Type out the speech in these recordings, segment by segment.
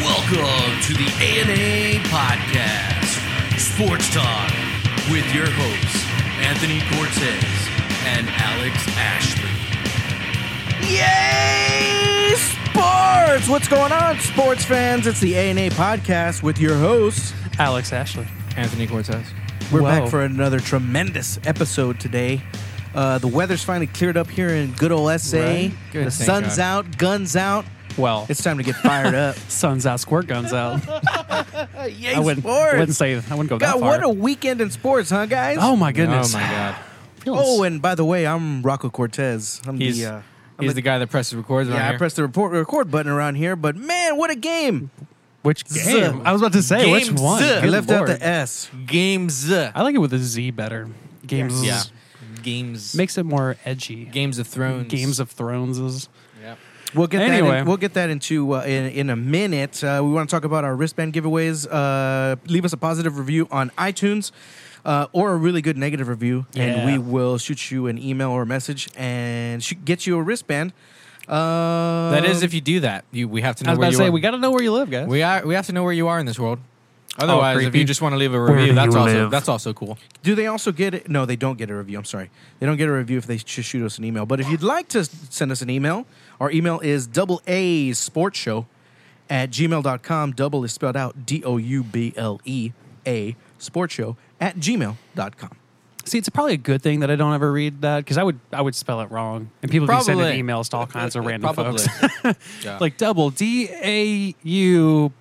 Welcome to the ANA Podcast, Sports Talk, with your hosts, Anthony Cortez and Alex Ashley. Yay! E Sports! What's going on, sports fans? It's the A&A podcast with your hosts. Alex Ashley. Anthony Cortez. We're Whoa. back for another tremendous episode today. Uh, the weather's finally cleared up here in good old SA. Right. Good, the thank sun's God. out, guns out. Well, It's time to get fired up. sun's out, squirt guns out. Yay, I wouldn't, I wouldn't say I wouldn't go that God, far. what a weekend in sports, huh, guys? oh my goodness. Oh my God. Oh, and by the way, I'm Rocco Cortez. I'm He's, the. Uh, I'm he's the guy that presses records yeah, around I here. pressed the report, record button around here, but man, what a game! which game? I was about to say which Game one. Z. I Good left out lord. the S. games. E- I like it with a Z better. Games yeah. Games. makes it more edgy. Games of Thrones. Games of Thrones is Yeah. We'll get that. Anyway. In, we'll get that into uh, in in a minute. Uh, we want to talk about our wristband giveaways. Uh, leave us a positive review on iTunes. Uh, or a really good negative review, and Yeah. we will shoot you an email or message and sh- get you a wristband. Uh, That is, if you do that, you we have to I know was where about you to say are. we got to know where you live, guys. we are. We have to know where you are in this world. Otherwise, if creepy. you just want to leave a do you review, that's also live? that's also cool. do they also get it? No, they don't get a review. I'm sorry, they don't get a review if they just shoot us an email. But if you'd like to s- send us an email, our email is double a sports show at gmail.com. Double is spelled out D O U B L E A sports show at gmail.com. See, it's probably a good thing that I don't ever read that because I would I would spell it wrong, and people be sending emails to all kinds of random Probably. folks. yeah. like double D A U.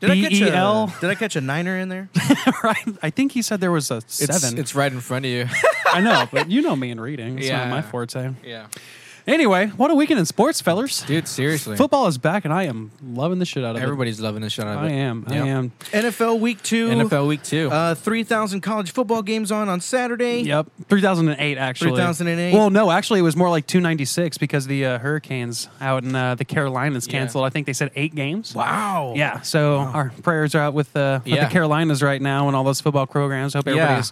Did I catch B-E-L? a Did I catch a niner in there? Right? I think he said there was a it's, seven. it's right in front of you. I know, but you know me in reading. It's Yeah. not my forte. yeah. Anyway, what a weekend in sports, fellers. Dude, seriously. Football is back, and I am loving the shit out of Everybody's loving the shit it. out of I it. am. Yeah. I am. NFL Week Two, NFL week two. uh, three thousand college football games on on Saturday. Yep. 3008, actually. 3008. Well, no, actually, it was more like 296 because the uh, Hurricanes out in uh, the Carolinas Yeah. canceled. I think they said eight games. Wow. Yeah, so our prayers are out with, uh, with Yeah. the Carolinas right now and all those football programs. Hope everybody's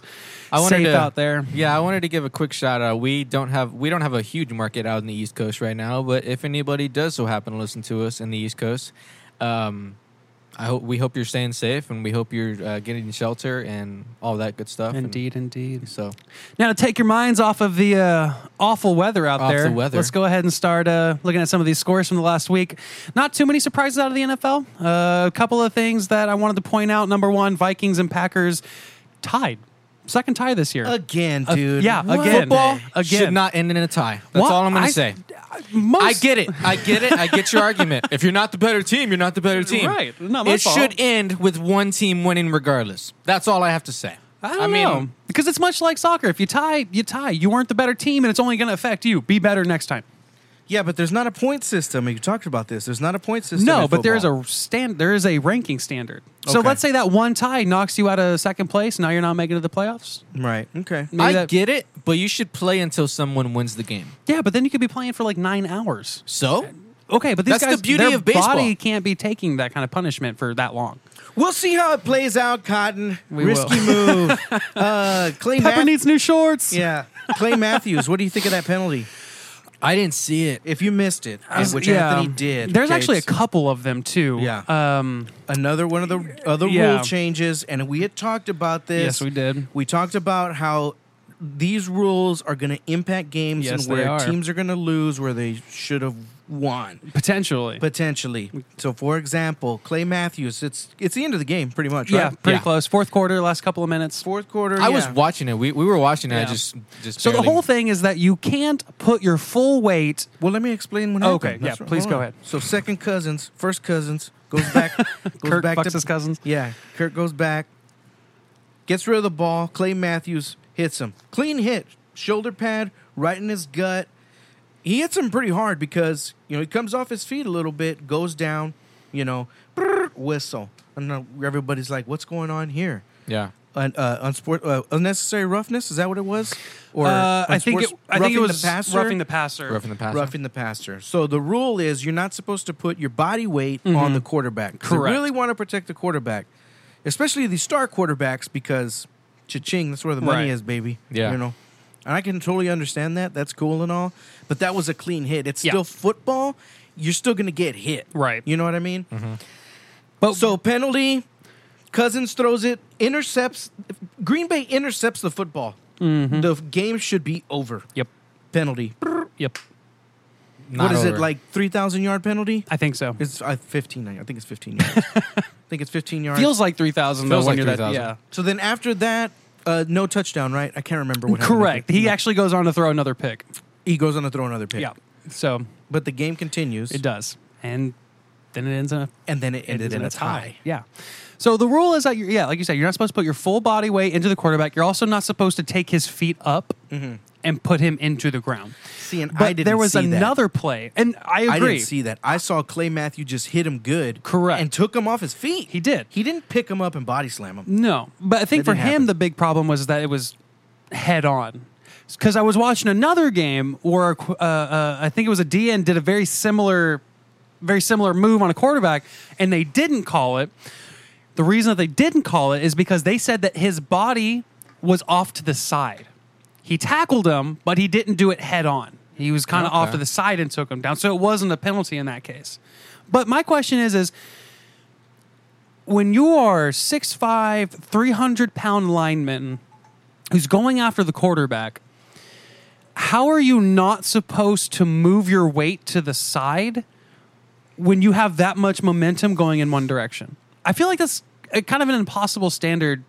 I wanted safe to- out there. Yeah, I wanted to give a quick shout out. We don't have we don't have a huge market out in the East Coast right now, but if anybody does so happen to listen to us in the East Coast, um, I hope we hope you're staying safe and we hope you're uh, getting shelter and all that good stuff. And Indeed, indeed. so Now, to take your minds off of the uh, awful weather out Off there, the weather. let's go ahead and start uh, looking at some of these scores from the last week. Not too many surprises out of the NFL. Uh, a couple of things that I wanted to point out. Number one, Vikings and Packers tied. Second tie this year. Again, Uh, dude. yeah, What? again. football Again. should not end in a tie. That's Well, all I'm going I- to say. Most, I get it. I get it. I get your argument. If you're not the better team, you're not the better team. Right. Not my it fault. should end with one team winning regardless. That's all I have to say. I don't know. Because it's much like soccer. If you tie, you tie. You weren't the better team, and it's only going to affect you. Be better next time. Yeah, but there's not a point system. You talked about this. There's not a point system. No, in but there is football. a stand. There is a ranking standard. So Okay. let's say that one tie knocks you out of second place. Now you're not making it to the playoffs. Right. Okay. Maybe I that- get it, but you should play until someone wins the game. Yeah, but then you could be playing for like nine hours. So Okay, but these That's the guys, beauty their of baseball. body can't be taking that kind of punishment for that long. We'll see how it plays out, Cotton. We Risky move. uh, Clay Pepper Math- needs new shorts. Yeah. Clay Matthews, what do you think of that penalty? I didn't see it. If you missed it, and Uh, which Yeah. Anthony did. There's okay, actually a it's couple of them too. Yeah. Um, another one of the other Yeah. rule changes, and we had talked about this. Yes, we did. We talked about how these rules are going to impact games Yes, and where they are. teams are going to lose where they should have won potentially. potentially. So, for example, Clay Matthews, it's it's the end of the game pretty much. yeah, right? pretty Yeah. close. Fourth quarter, last couple of minutes. Fourth quarter. I was yeah. watching it. We, we were watching it. I Yeah. just just So the barely- whole thing is that you can't put your full weight. Well, let me explain what happened. Okay, yeah, right. please Hold go on. ahead. So second cousins, first cousins goes back. goes Kirk back fucks to his cousins. Yeah, Kirk goes back, gets rid of the ball. Clay Matthews hits him. Clean hit, shoulder pad, right in his gut. He hits him pretty hard because you know he comes off his feet a little bit, goes down. You know, brrr, whistle. And uh, everybody's like, "What's going on here?" Yeah. Un, uh, unsport, uh, unnecessary roughness. Is that what it was? Or Uh, I think it, unsports- I think it roughing the was passer? roughing the passer. Roughing the passer. Roughing the passer. So the rule is you're not supposed to put your body weight on the quarterback. 'Cause they Mm-hmm. Correct. really want to protect the quarterback, especially the star quarterbacks because cha-ching, that's where the money Right. is, baby. Yeah. You know. And I can totally understand that. That's cool and all, but that was a clean hit. It's Yeah. still football. You're still going to get hit. Right. Mm-hmm. You know what I mean? But So penalty. Cousins throws it, intercepts. Green Bay intercepts the football. Mm-hmm. The game should be over. yep, Penalty. yep. what Not is it over. like? Three thousand yard penalty? I think so. It's uh, fifteen. I think it's fifteen yards. I think it's fifteen yards. feels like three thousand. Feels though, when like you're that- 3,000. Yeah. so. Then after that, uh, no touchdown. Right? I can't remember what. happened. Correct. He actually goes on to throw another pick. he goes on to throw another pick. Yeah. So But the game continues, it does, and then it ends in a and then it ended ends in a tie. Yeah. So the rule is that you're, yeah, like you said, you're not supposed to put your full body weight into the quarterback. You're also not supposed to take his feet up and put him into the ground. Mm-hmm. See, and But I didn't there was see that. another play, and I agree. I didn't see that. I saw Clay Matthew just hit him good, Correct. and took him off his feet. He did. He didn't pick him up and body slam him. No, but I think That for didn't him happen. the big problem was that it was head on. Because I was watching another game where uh, uh, I think it was a DN did a very similar, very similar move on a quarterback, and they didn't call it. The reason that they didn't call it is because they said that his body was off to the side. He tackled him, but he didn't do it head on. He was kind of off Okay. to the side and took him down. So it wasn't a penalty in that case. But my question is, is when you are 6'5", 300 pound lineman who's going after the quarterback, how are you not supposed to move your weight to the side when you have that much momentum going in one direction? I feel like that's a, kind of an impossible standard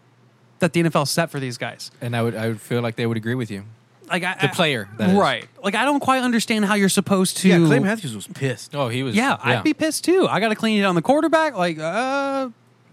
that the NFL set for these guys. And I would I would feel like they would agree with you. Like I, The I- player, that is. right? Like I don't quite understand how you're supposed to. Yeah, Clay Matthews was pissed. Oh, he was. Yeah, I'd be pissed too. I got to clean it on the quarterback. Like, uh,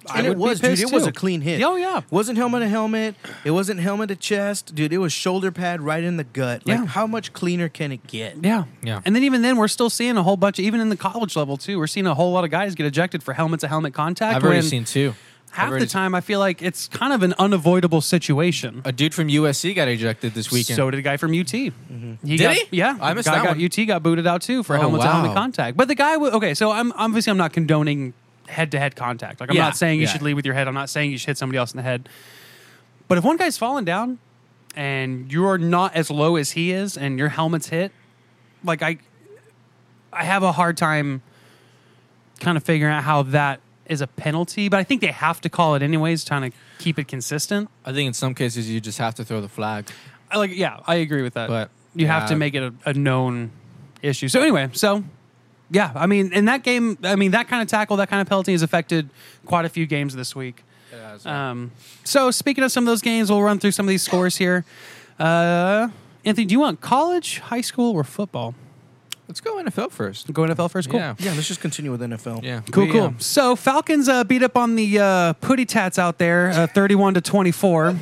I And it would be was, dude. pissed, It was too. a clean hit. Oh yeah, Wasn't helmet to helmet. It wasn't helmet to chest, dude. It was shoulder pad right in the gut. Like, Yeah. how much cleaner can it get? Yeah. Yeah. And then even then, we're still seeing a whole bunch, even in the college level too, we're seeing a whole lot of guys get ejected for helmet to helmet contact. I've already when seen two. I've half already the time, I feel like it's kind of an unavoidable situation. a dude from USC got ejected this weekend. Mm-hmm. So did a guy from UT. He Did got, he? Yeah, I missed guy that got, one. UT got booted out too for Oh, helmet to helmet wow. contact. But the guy, wa- okay, so I'm obviously I'm not condoning head to head contact. Like I'm Yeah, not saying you yeah. should lead with your head. I'm not saying you should hit somebody else in the head. But if one guy's falling down and you're not as low as he is and your helmet's hit, like I, I have a hard time kind of figuring out how that is a penalty. But I think they have to call it anyways, trying to keep it consistent. I think in some cases you just have to throw the flag. I like yeah, I agree with that. But, you have yeah. to make it a, a known issue. So anyway, so yeah, I mean, in that game, I mean, that kind of tackle, that kind of penalty has affected quite a few games this week. Um, so speaking of some of those games, we'll run through some of these scores here. Uh, Anthony, do you want college, high school, or football? Let's go NFL first. Go NFL first. Cool. Yeah. Yeah, let's just continue with NFL. Yeah. Cool, We, cool. um, So Falcons uh, beat up on the uh, putty tats out there, uh, thirty-one to twenty-four.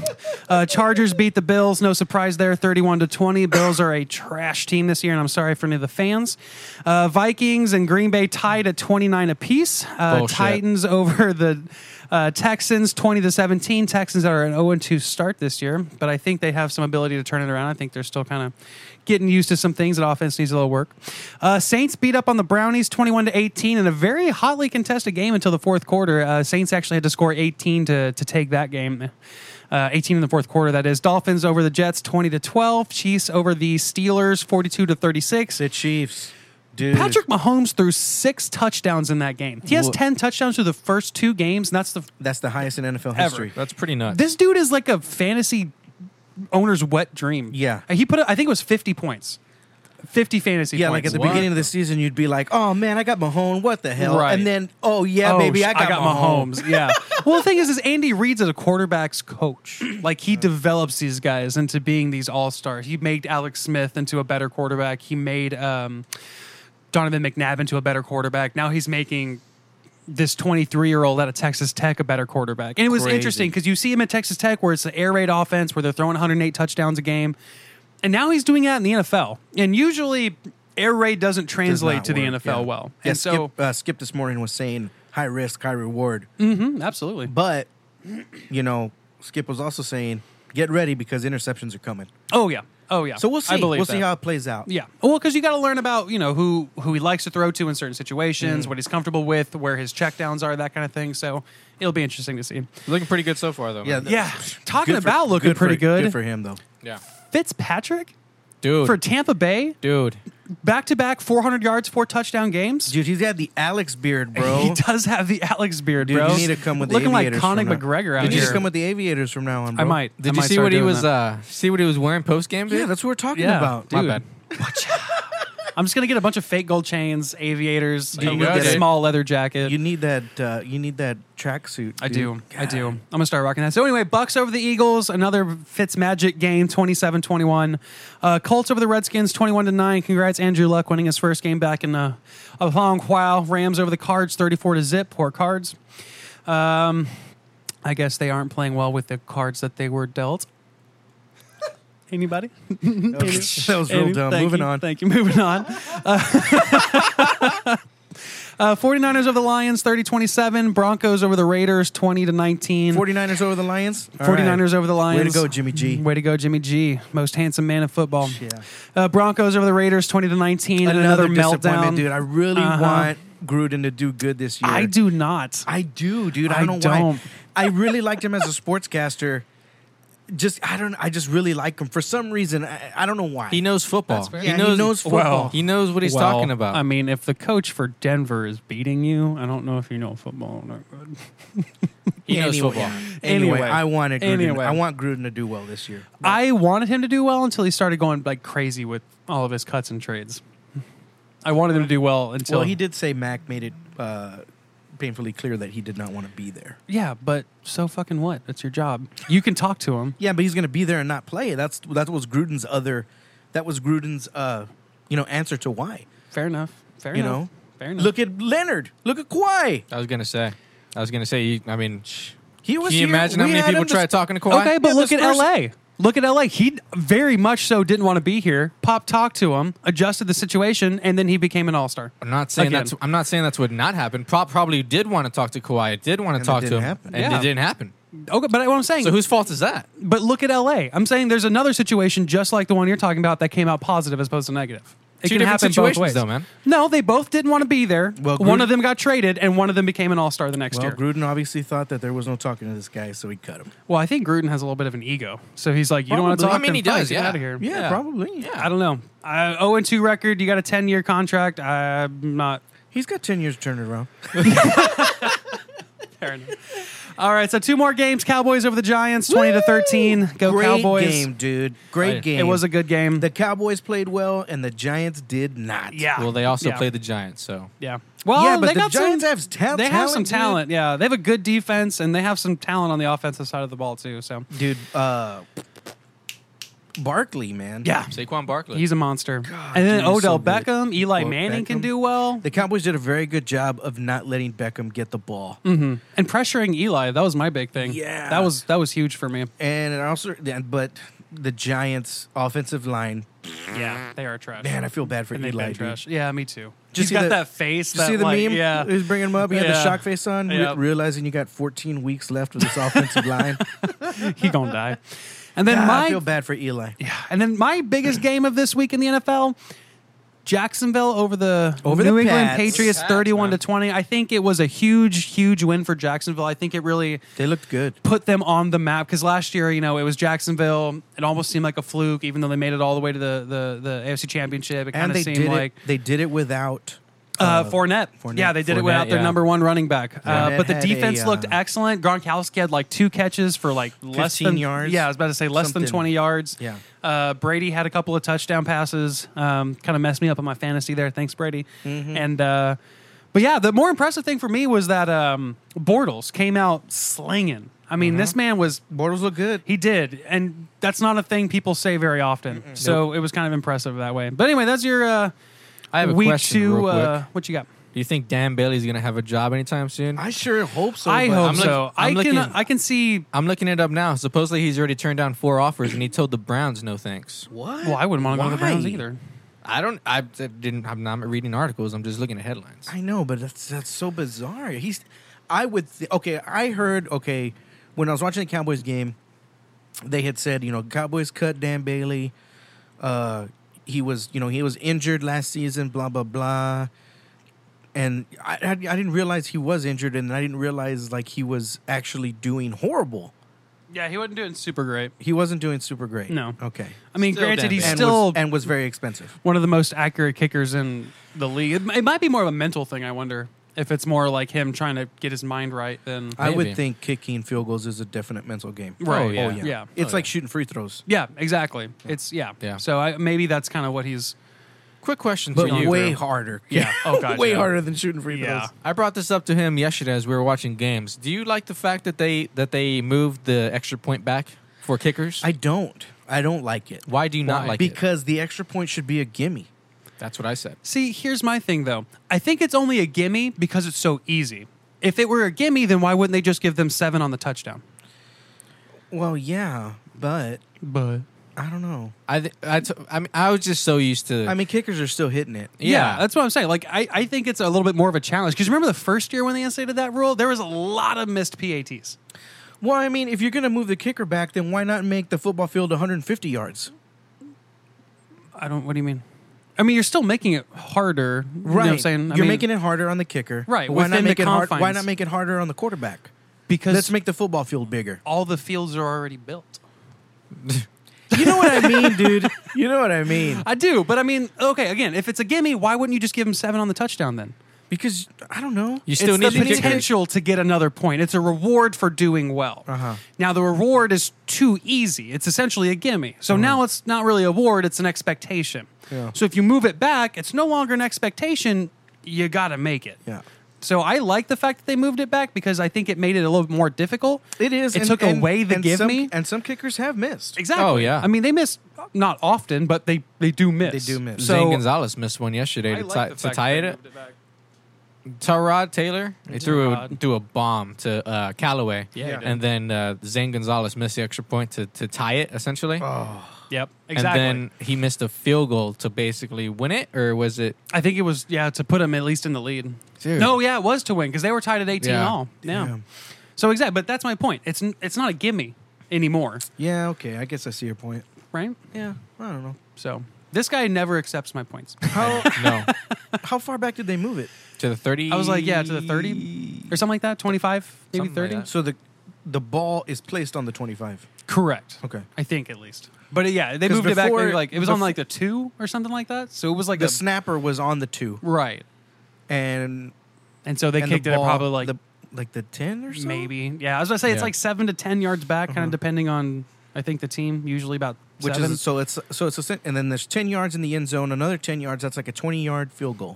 Uh, Chargers beat the Bills, no surprise there, thirty-one to twenty. Bills are a trash team this year, and I'm sorry for any of the fans. Uh, Vikings and Green Bay tied at twenty-nine apiece. Uh, Bullshit. Titans over the uh, Texans, twenty to seventeen. Texans are an zero and two start this year, but I think they have some ability to turn it around. I think they're still kind of getting used to some things that offense needs a little work. Uh, Saints beat up on the Brownies 21 to 18 in a very hotly contested game until the fourth quarter. Uh, Saints actually had to score 18 to, to take that game. Uh, 18 in the fourth quarter, that is. Dolphins over the Jets 20 to 12. Chiefs over the Steelers 42 to 36. The Chiefs, dude. Patrick Mahomes threw six touchdowns in that game. He has Wha- 10 touchdowns through the first two games, and that's the That's the highest in NFL history. That's pretty nuts. this dude is like a fantasy owner's wet dream. Yeah. He put, up- I think it was 50 points. 50 fantasy Yeah, like points. at the What? beginning of the season, you'd be like, "Oh man, I got Mahone. What the hell?" Right. And then, "Oh yeah, baby, sh- I got, Mahomes." Yeah. well, the thing is, is Andy Reid's a quarterback's coach. Like he develops these guys into being these all stars. He made Alex Smith into a better quarterback. He made um, Donovan McNabb into a better quarterback. Now he's making this 23 year old out of Texas Tech a better quarterback. And it was Crazy. interesting because you see him at Texas Tech where it's an air raid offense where they're throwing 108 touchdowns a game. And now he's doing that in the NFL. And usually air raid doesn't Does translate not to work, the NFL yeah. well. Yeah, and so, Skip, uh, Skip this morning was saying high risk, high reward, Mhm, absolutely. but you know, Skip was also saying get ready because interceptions are coming. Oh yeah. Oh yeah. So we'll see. I believe we'll that. see how it plays out. Yeah. Well, because you got to learn about you know who who he likes to throw to in certain Mm-hmm. situations, what he's comfortable with, where his checkdowns are, that kind of thing. So it'll be interesting to see. Looking pretty good so far, though. Yeah, man. th- Yeah. Talking Good for- about looking for- pretty good. for him though. yeah. Fitzpatrick Dude. for Tampa Bay, Dude, back to back 400 yards, four touchdown games. Dude, he's got the Alex beard, bro. He does have the Alex beard, Dude, bro. you need to come with the looking like aviators. Conor from now- McGregor out You need here. to come with the aviators from now on, I bro. might. I did you might see start what he doing was? that. Uh, see what he was wearing post game? Yeah, that's what we're talking Yeah. about. my dude. bad. I'm just gonna get a bunch of fake gold chains, aviators, uh, you a got really it. small leather jacket. You need that. Uh, you need that tracksuit. I dude. do. I do. I'm going to start rocking that. So, anyway, Bucks over the Eagles, another Fitz Magic game, 27 21. Uh, Colts over the Redskins, 21 9. Congrats, Andrew Luck, winning his first game back in uh, a long while. Rams over the Cards, 34 to zip. Poor Cards. Um, I guess they aren't playing well with the cards that they were dealt. Anybody? That was, that was real Amy, dumb. thank Moving you, on. Thank you. Moving on. Uh, uh, 49ers over the Lions, 30 27. Broncos over the Raiders, 20 to 19. 49ers over the Lions. All right. 49ers over the Lions. Mm-hmm. Way to go, Jimmy G. Way to go, Jimmy G. Most handsome man in football. Yeah. Uh, Broncos over the Raiders, 20 to 19. Another, meltdown. disappointment, dude. I really Uh-huh. want Gruden to do good this year. I do not. I do, dude. I, I don't know don't. why. I really liked him as a sportscaster. Just I don't. I just really like him for some reason. I, I don't know why. He knows football. That's fair. He, Yeah, he knows, knows football. He knows what he's Well, talking about. I mean, if the coach for Denver is beating you, I don't know if you know football or not. he knows anyway, football. Anyway, Anyway. I wanted. Gruden. Anyway. I want Gruden to do well this year. I wanted him to do well until he started going like crazy with all of his cuts and trades. I wanted him to do well until Well, he did say Mac made it uh, painfully clear that he did not want to be there. Yeah, but so fucking what? It's your job. You can talk to him. Yeah, but he's going to be there and not play. That's that was Gruden's other. That was Gruden's, uh, you know, answer to why. Fair enough. Fair You enough. know, Fair enough. Look at Leonard. Look at Kawhi. I was gonna say. I was gonna say. You, I mean, sh- He can was. you here. imagine how We many had people him to- try to talking to Kawhi? Okay, but Yeah, look the at Spurs- LA. Look at LA. He very much so didn't want to be here. Pop talked to him, adjusted the situation, and then he became an all star. I'm not saying Again. that's. I'm not saying that's what not happened. Pro- probably did want to talk to Kawhi. Did want to it talk to didn't him, happen. and Yeah. it didn't happen. Okay, but what I'm saying, So whose fault is that? but look at LA. I'm saying there's another situation just like the one you're talking about that came out positive as opposed to negative. It Two can different happen both situations, ways, though, man. No, they both didn't want to be there. Well, one Gruden- of them got traded, and one of them became an all star the next Well, year. Gruden obviously thought that there was no talking to this guy, so he cut him. well, I think Gruden has a little bit of an ego, so he's like, "You don't want to Probably. I talk mean, he to him? Fine, does, Get yeah. out of here. Yeah, Yeah. probably. Yeah. I don't know. I, 0 and 2 record. You got a 10 year contract. I'm not. He's got ten years to turn it around. Fair enough. All right, so two more games. Cowboys over the Giants, 20 to 13. Go Great Cowboys. game, dude. Great Right. game. It was a good game. The Cowboys played well, and the Giants did not. yeah. Well, they also Ah, yeah. played the Giants, so Yeah. Well, Yeah, but they the got Giants some, have ta- They have some talent, dude. talent. Yeah, they have a good defense and they have some talent on the offensive side of the ball too. So dude. Uh, Barkley, man. yeah, Saquon Barkley. he's a monster. and then dude, he's Odell so good. Beckham, Eli Well, Manning can Beckham. do well, The Cowboys did a very good job of not letting Beckham get the ball. and pressuring Eli. That was my big thing. Yeah. that was that was huge for me. And it also, then- but the Giants' offensive line, Yeah, they are trash. man, I feel bad for and they've Eli. been dude. trash. Yeah, me too. Did you He's see got the- that face. Did you that, see the like, meme? Yeah, He was bringing him up. He had Yeah. the shock face on, re- Yep. realizing you got 14 weeks left with this offensive line. he gonna die. And then God, I my feel bad for Eli. Yeah. And then my biggest game of this week in the NFL, Jacksonville over the Over the New England Pats. Patriots, Pats, thirty-one to man. twenty. I think it was a huge, huge win for Jacksonville. I think it really They looked good. put them on the map because last year, you know, it was Jacksonville. It almost seemed like a fluke, even though they made it all the way to the the, the AFC Championship. It kind And of they seemed did like. it. They did it without Uh, Fournette. Fournette. Yeah, they did it Fournette, without their yeah. number one running back. Uh, Fournette but the had a, defense looked uh, excellent. Gronkowski had like two catches for like less 15 than yards. Yeah, I was about to say less than Something. twenty yards. Yeah. Uh, Brady had a couple of touchdown passes. Um, kind of messed me up on my fantasy there. Thanks, Brady. Mm-hmm. And uh, but yeah, the more impressive thing for me was that um, Bortles came out slinging. I mean, Mm-hmm. this man was Bortles look good. he did, and that's not a thing people say very often. So it was kind of impressive that way. But anyway, that's your uh, I have a week question. two. real quick. Uh, what you got? Do you think Dan Bailey's gonna have a job anytime soon? I sure hope so. I but- hope I'm look- so. I'm I can looking- I can see. I'm looking it up now. Supposedly he's already turned down four offers, and he told the Browns no thanks. What? Well, I wouldn't want to go to the Why? Browns either. I don't. I didn't. I'm not reading articles. I'm just looking at headlines. I know, but that's that's so bizarre. He's, I would th- okay. I heard okay when I was watching the Cowboys game, they had said you know Cowboys cut Dan Bailey. Uh, he was you know he was injured last season. Blah blah blah. And I, I I didn't realize he was injured, and I didn't realize like he was actually doing horrible. Yeah, he wasn't doing super great. He wasn't doing super great. No. Okay. I mean, Still granted, damn he's bad. And still was, and was very expensive. one of the most accurate kickers in the league. It, it might be more of a mental thing. I wonder if it's more like him trying to get his mind right than I would Maybe. Oh, think kicking field goals is a definite mental game. Oh, right. yeah. yeah. yeah. It's like shooting free throws, Yeah, exactly. It's yeah. Yeah. So I, maybe that's kind of what he's. Quick question but to you. way harder. Yeah. Oh, God, way yeah. harder than shooting free Yeah. throws. I brought this up to him yesterday as we were watching games. Do you like the fact that they that they moved the extra point back for kickers? I don't. I don't like it. Why do you not Why? like it? Because the extra point should be a gimme. That's what I said. See, here's my thing though. I think it's only a gimme because it's so easy. If it were a gimme, then why wouldn't they just give them seven on the touchdown? Well, yeah, but But I don't know. I th- I, t- I mean I was just so used to. I mean, kickers are still hitting it. yeah, that's what I'm saying. Like, I, I think it's a little bit more of a challenge because remember the first year when they instituted that rule, there was a lot of missed PATs. Well, I mean, if you're going to move the kicker back, then why not make the football field 150 yards? I don't. What do you mean? I mean, you're still making it harder. Right. You know what I'm saying You're making it harder on the kicker. Right, Why not within the make it hard, Why confines. not make it harder on the quarterback? because Let's make the football field bigger. all the fields are already built. You know what I mean, dude? You know what I mean? I do, but I mean, okay, again, if it's a gimme, why wouldn't you just give him seven on the touchdown then? Because I don't know. You still it's need the your kicker. potential to get another point. It's a reward for doing well. Uh-huh. Now the reward is too easy. It's essentially a gimme. So now it's not really a reward; it's an expectation. Uh-huh. Yeah. So if you move it back, it's no longer an expectation. You got to make it. Yeah. So I like the fact that they moved it back because I think it made it a little more difficult. It is. It and- took and- away the and give some- me. and some kickers have missed. Exactly. Oh, yeah. I mean, they miss not often, but they they do miss. They do miss. So Zane Gonzalez missed one yesterday I to, like tie the to fact tie it. that they up. moved back. Tyrod Taylor he threw a, Tyrod. threw a bomb to uh, Callaway, Yeah, he Yeah. did. and then uh, Zane Gonzalez missed the extra point to, to tie it essentially, Yep. Exactly. and then he missed a field goal to basically win it, or was it? I think it was yeah to put them at least in the lead. Dude. No, yeah, it was to win because they were tied at eighteen Yeah. all. Yeah. Yeah. So exactly, but that's my point. It's n- it's not a gimme anymore, Yeah, okay. I guess I see your point. right? Yeah, I don't know. So this guy never accepts my points. How No, how far back did they move it? to the thirty. I was like, yeah, to the thirty or something like that, twenty five, maybe Something like thirty. that. So the the ball is placed on the 25. Correct. Okay. I think at least. But uh, yeah, they 'Cause moved it back. before- Maybe like it was on bef- like the two or something like that. So it was like The a, snapper was on the 2 right. and And so they and kicked the it at ball- probably like the, like the 10 or so. maybe yeah. I was gonna say it's Yeah. like seven to ten yards back, kind of depending on I think the team. Usually about Uh-huh. Which seven. is so it's so it's a sen- and then there's 10 yards in the end zone, another 10 yards that's like a 20 yard field goal.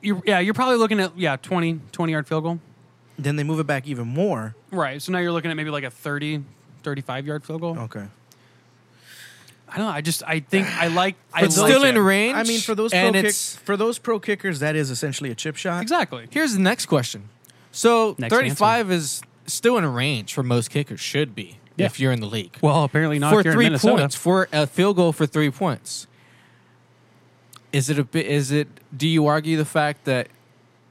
you're, yeah, you're probably looking at yeah 20, 20 yard field goal. Then they move it back even more. Right. So now you're looking at maybe like a 30, 35 yard field goal. Okay. I don't know. I just I think I like I It's like still it. in range. I mean for those pro and kick, it's- for those pro kickers that is essentially a chip shot. exactly. Here's the next question. So Next thirty-five is still in range for most kickers. Should be Yeah. if you're in the league. Well, apparently not for if you're in three Minnesota. points for a field goal for three points. Is it a bit? Is it? Do you argue the fact that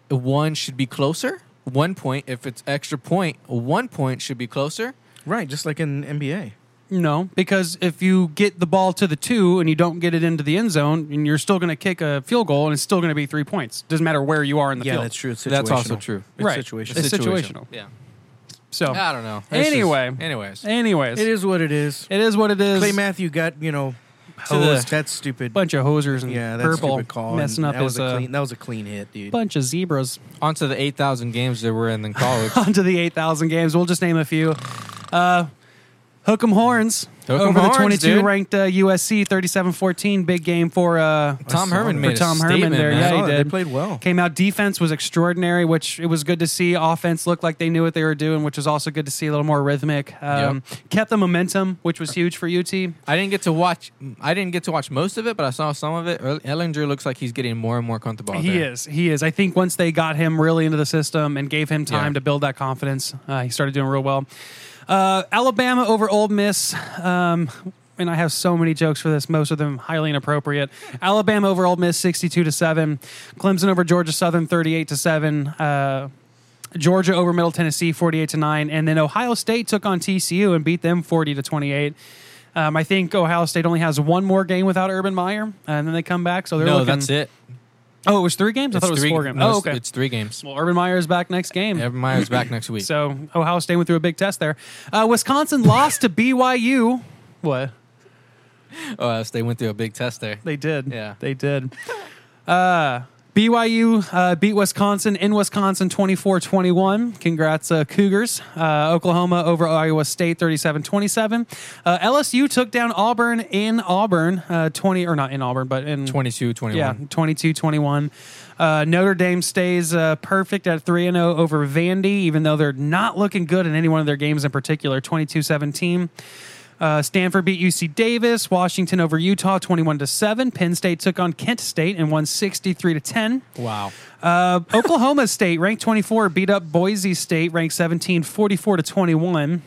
one should be closer? One point if it's extra point. One point should be closer. Right, just like in NBA. No, because if you get the ball to the two and you don't get it into the end zone, and you're still going to kick a field goal, and it's still going to be three points. Doesn't matter where you are in the Yeah, field. that's true. It's That's also situational. true. It's Right. situational. It's situational. Yeah. So I don't know. It's just- Anyway, anyways, anyways, It is what it is. It is what it is. Clay Matthew got you know To the- hosed. That's stupid. bunch of hosers and yeah, that's purple stupid call. messing and up that was his a uh, clean, that was a clean hit, dude. bunch of zebras. onto the eight thousand games that we're in in college. onto the 8,000 games. We'll just name a few. Uh, Hook 'em horns Hook 'em over horns, the 22 dude. ranked uh, USC 37-14. Big game for uh, Tom saw Herman that. made for a Tom Herman statement, there. man. I Yeah, saw he that. did. They played well. Came out defense was extraordinary, which it was good to see. Offense looked like they knew what they were doing, which was also good to see. A little more rhythmic. Um, Kept the momentum, which was huge for UT. I didn't get to watch. I didn't get to watch most of it, but I saw some of it. El- Ellinger looks like he's getting more and more comfortable. out He there. is. He is. I think once they got him really into the system and gave him Yeah. time to build that confidence, uh, he started doing real well. Uh, Alabama over Old Miss. Um, and I have so many jokes for this, most of them highly inappropriate. Alabama over Old Miss, sixty-two to seven. Clemson over Georgia Southern, thirty-eight to seven. Uh, Georgia over Middle Tennessee, forty-eight to nine. And then Ohio State took on TCU and beat them forty to twenty-eight. Um, I think Ohio State only has one more game without Urban Meyer, and then they come back. So they're No, looking, that's it. Oh, it was three games. I It's thought it was three- four games. no, oh, it's- okay. It's three games. well, Urban Meyer is back next game. Urban Meyer's back next week. So Ohio State went through a big test there. Uh, Wisconsin lost to BYU. What? Oh, uh, so they went through a big test there. They did. Yeah. They did. Uh, BYU uh, beat Wisconsin in Wisconsin 24 21. Congrats, uh, Cougars. Uh, Oklahoma over Iowa State 37 27. Uh, LSU took down Auburn in Auburn uh, 20, or not in Auburn, but in 22, 21. Yeah, 22 21. Uh, Notre Dame stays uh, perfect at 3 0 over Vandy, even though they're not looking good in any one of their games in particular 22 17. Uh, Stanford beat UC Davis, Washington over Utah 21 to 7. Penn State took on Kent State and won 63 to 10. Wow. Uh, Oklahoma State, ranked 24, beat up Boise State, ranked 17, 44 to 21.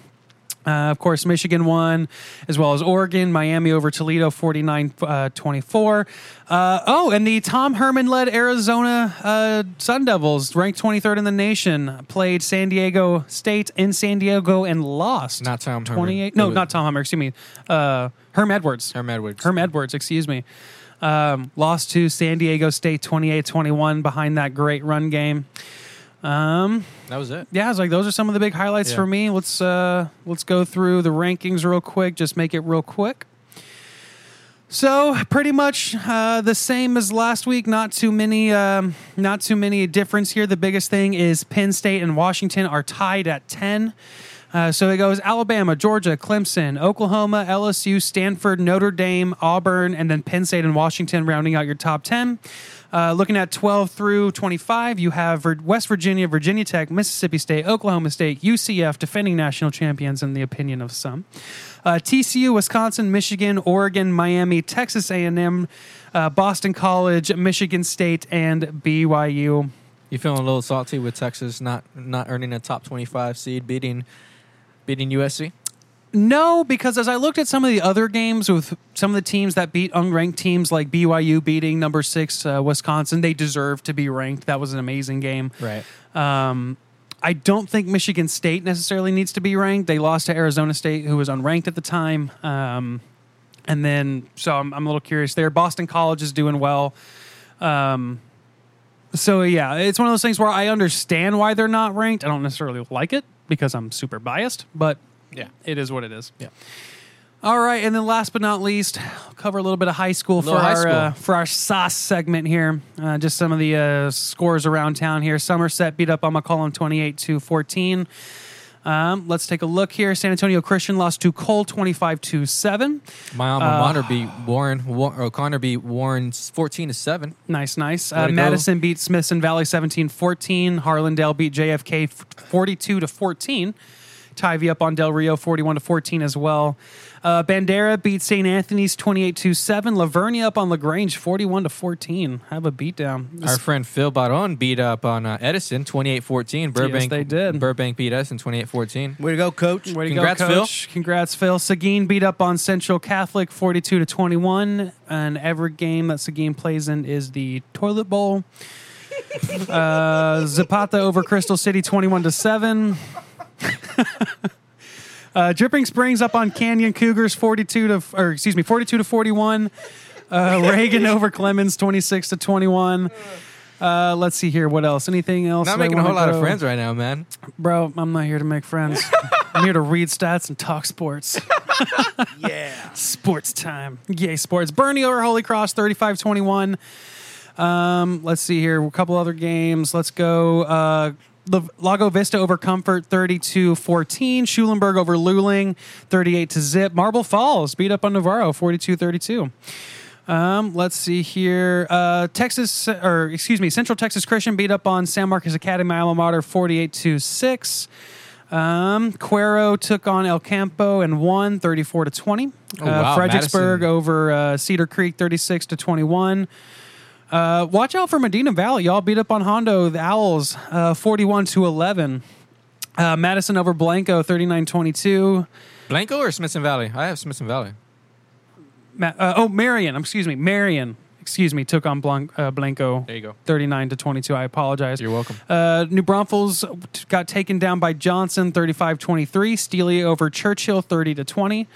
Uh, of course, Michigan won, as well as Oregon, Miami over Toledo, 49 uh, 24. Uh, oh, and the Tom Herman led Arizona uh, Sun Devils, ranked 23rd in the nation, played San Diego State in San Diego and lost. Not Tom Herman. 28. It No, was- not Tom Herman, excuse me. Uh, Herm Edwards. Herm Edwards. Herm Edwards, excuse me. Um, lost to San Diego State 28 21 behind that great run game. Um, That was it. yeah, I was like, those are some of the big highlights Yeah. for me. Let's uh, let's go through the rankings real quick. Just make it real quick. So pretty much uh, the same as last week. Not too many, um, not too many difference here. The biggest thing is Penn State and Washington are tied at ten. Uh, so it goes Alabama, Georgia, Clemson, Oklahoma, LSU, Stanford, Notre Dame, Auburn, and then Penn State and Washington rounding out your top 10. Uh, looking at 12 through 25, you have Vir- West Virginia, Virginia Tech, Mississippi State, Oklahoma State, UCF, defending national champions in the opinion of some. Uh, TCU, Wisconsin, Michigan, Oregon, Miami, Texas A&M, uh, Boston College, Michigan State, and BYU. You feeling a little salty with Texas not not earning a top 25 seed, beating beating USC? No, because as I looked at some of the other games with some of the teams that beat unranked teams, like BYU beating number six uh, Wisconsin, they deserve to be ranked. That was an amazing game. Right. Um, I don't think Michigan State necessarily needs to be ranked. They lost to Arizona State, who was unranked at the time. Um, and then, so I'm, I'm a little curious there. Boston College is doing well. Um, so, yeah, it's one of those things where I understand why they're not ranked. I don't necessarily like it because I'm super biased, but Yeah. it is what it is. Yeah. All right, and then last but not least, I'll cover a little bit of high school for Little high our school. Uh, for our sauce segment here. Uh, just some of the uh, scores around town here. Somerset beat up on McCollum 28 to 14. Um, let's take a look here. San Antonio Christian lost to Cole 25 to 7. My alma Uh, mater beat Warren. War, O'Connor beat Warren 14 to 7. Nice, nice. Way Uh, to go. Madison beat Smithson Valley 17 14. Harlandale beat JFK f- 42 to 14. Tyvee up on Del Rio 41 to 14 as well. Uh, Bandera beat St. Anthony's 28 to 7. Lavernia up on LaGrange 41 to 14. Have a beatdown. Our friend Phil Baron beat up on uh, Edison 28 14. Burbank, they did. Burbank beat Edison 28 14. Way to go, coach. Way to Congrats, go, Phil. coach. Congrats, Phil. Seguin beat up on Central Catholic 42 to 21. And every game that Seguin plays in is the Toilet Bowl. uh, Zapata over Crystal City 21 to 7. Uh, Dripping Springs up on Canyon Cougars 42 to or excuse me 42 to 41. Uh, Reagan over Clemens 26 to 21. Uh, let's see here. What else? Anything else? Not that I making a whole wanna lot of go? friends right now, man. Bro, I'm not here to make friends. I'm here to read stats and talk sports. Yeah. sports time. Yay, sports. Bernie over Holy Cross, 35 21. Um, let's see here. A couple other games. Let's go. Uh, Lav- Lago Vista over Comfort 32 14. Schulenberg over Luling 38 to zip. Marble Falls beat up on Navarro 42 32. Um, let's see here. Uh, Texas, or excuse me, Central Texas Christian beat up on San Marcos Academy, alma mater 48 to 6. Um, Cuero took on El Campo and won 34 to 20. Oh, wow. Fredericksburg Madison. over uh, Cedar Creek 36 to 21. Uh, watch out for Medina Valley. Y'all beat up on Hondo, the Owls, uh, 41 to 11. Uh, Madison over Blanco, 39 22. Blanco or Smithson Valley? I have Smithson Valley. Ma- uh, oh, Marion, um, excuse me. Marion, excuse me, took on Blanc- uh, Blanco, There you go. 39 to 22. I apologize. You're welcome. Uh, New Braunfels t- got taken down by Johnson 35 23. Steely over Churchill 30 to 20.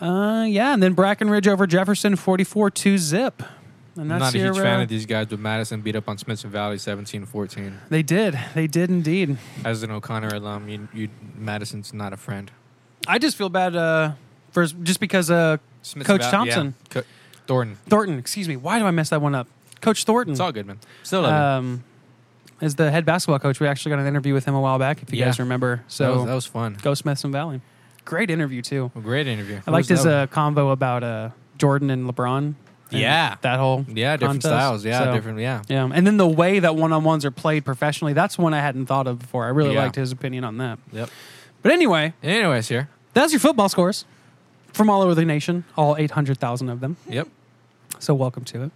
Uh, yeah, and then Brackenridge over Jefferson 44 2 zip. And I'm that's not a huge your, fan uh, of these guys, but Madison beat up on Smithson Valley 17-14. They did. They did indeed. As an O'Connor alum, you, you Madison's not a friend. I just feel bad uh, for just because uh, Smithson Coach Valley- Thompson, yeah. Co- Thornton. Thornton. Excuse me. Why do I mess that one up? Coach Thornton It's all good, man. Still love him. um, is the head basketball coach. We actually got an interview with him a while back, if you Yeah. guys remember. that, So was, that was fun. go Smithson Valley. Great interview too. A great interview. I Who liked was his that uh, convo about uh, Jordan and LeBron. and Yeah. that whole one? yeah, different contest. styles. Yeah, So, different. Yeah. Yeah, and then the way that one on ones are played professionally. That's one I hadn't thought of before. I really Yeah. liked his opinion on that. Yep. But anyway, Anyways, here. that's your football scores from all over the nation, all eight hundred thousand of them. Yep. So welcome to it.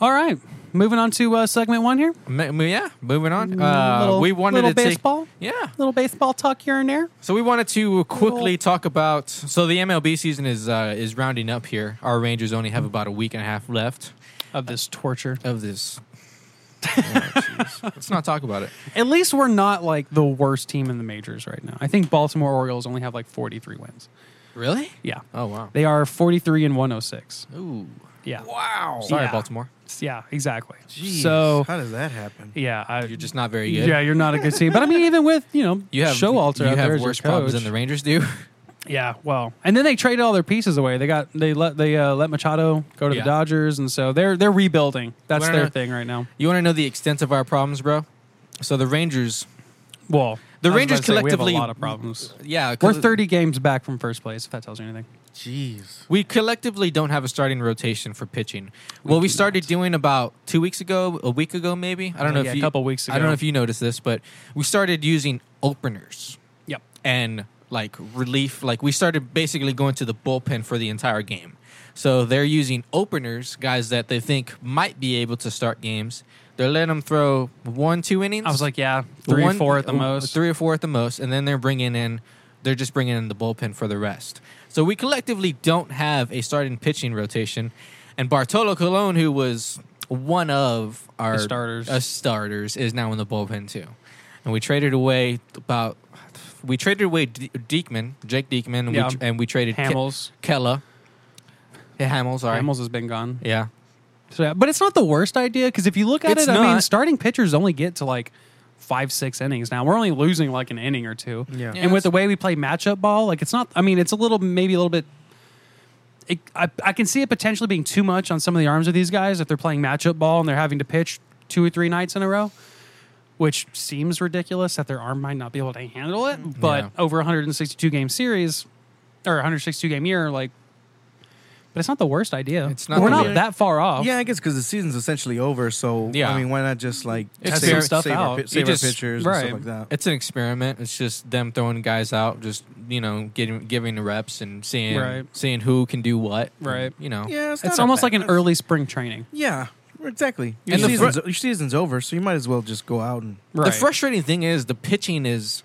All right, moving on to uh, segment one here. M- m- yeah. Moving on. Uh, A Mm, little, we wanted little to take. baseball, Yeah. little baseball talk here and there. So we wanted to quickly talk about. So the MLB season is uh, is rounding up here. Our Rangers only have about a week and a half left of this torture. of this. Oh, jeez. Let's not talk about it. At least we're not like the worst team in the majors right now. I think Baltimore Orioles only have like 43 wins. Really? Yeah. Oh wow. They are 43 and 106. Ooh. Yeah. Wow. Sorry, Oh, Yeah. Baltimore. Yeah, exactly. Jeez, So, how does that happen? yeah, I, You're just not very good. yeah, you're not a good team. But I mean, even with, you know, You have Showalter You out there have as your worse problems than coach. the Rangers do. Yeah, well, and then they traded all their pieces away. They got they let they uh, let Machado go to Yeah. the Dodgers, and so they're they're rebuilding. That's Wanna their know- thing right now. You want to know the extent of our problems, bro? So the Rangers, Well, The I was Rangers about to say, we collectively- have a lot of problems. yeah, We're coll- 30 games back from first place. If that tells you anything. Jeez. We collectively don't have a starting rotation for pitching. what we started doing about two weeks ago, a week ago, maybe. I don't know Uh, Yeah, if a you, couple weeks I don't ago. know if you noticed this, but we started using openers Yep. and like relief. Like we started basically going to the bullpen for the entire game. So they're using openers, guys that they think might be able to start games. They're letting them throw one, two innings. I was like, yeah, three One- or four at the most. Three or four at the most, and then they're bringing in, they're just bringing in the bullpen for the rest. So we collectively don't have a starting pitching rotation, and Bartolo Colon, who was one of our starters. uh, starters, is now in the bullpen too. And we traded away about, we traded away D- Diekman, Jake Diekman, and, Yeah. we, tr- and we traded Ke- Hamels. Kella. Yeah, Hamels, sorry. Hamels has been gone. Yeah. So, yeah, but it's not the worst idea because if you look at It's it, I mean, not. starting pitchers only get to like five, six innings now. We're only losing like an inning or two. Yeah. Yeah, and that's- with the way we play matchup ball, like it's not. I mean, it's a little, maybe a little bit. It, I, I can see it potentially being too much on some of the arms of these guys if they're playing matchup ball and they're having to pitch two or three nights in a row, which seems ridiculous that their arm might not be able to handle it. But Mm-hmm. Yeah. over 162 game series or 162 game year, like, but it's not the worst idea. It's not We're the not worst- that far off. Yeah, I guess because the season's essentially over, so Yeah. I mean, why not just like It's save, fair. stuff save our, out. pi- You save just- our pictures right. and stuff like that? It's an experiment. It's just them throwing guys out, just you know, getting giving the reps and seeing Right. seeing who can do what. Right. You know. yeah, it's, It's not a almost bad- like an early spring training. Yeah, exactly. Your, And the season's, your season's over, so you might as well just go out and The frustrating thing is the pitching is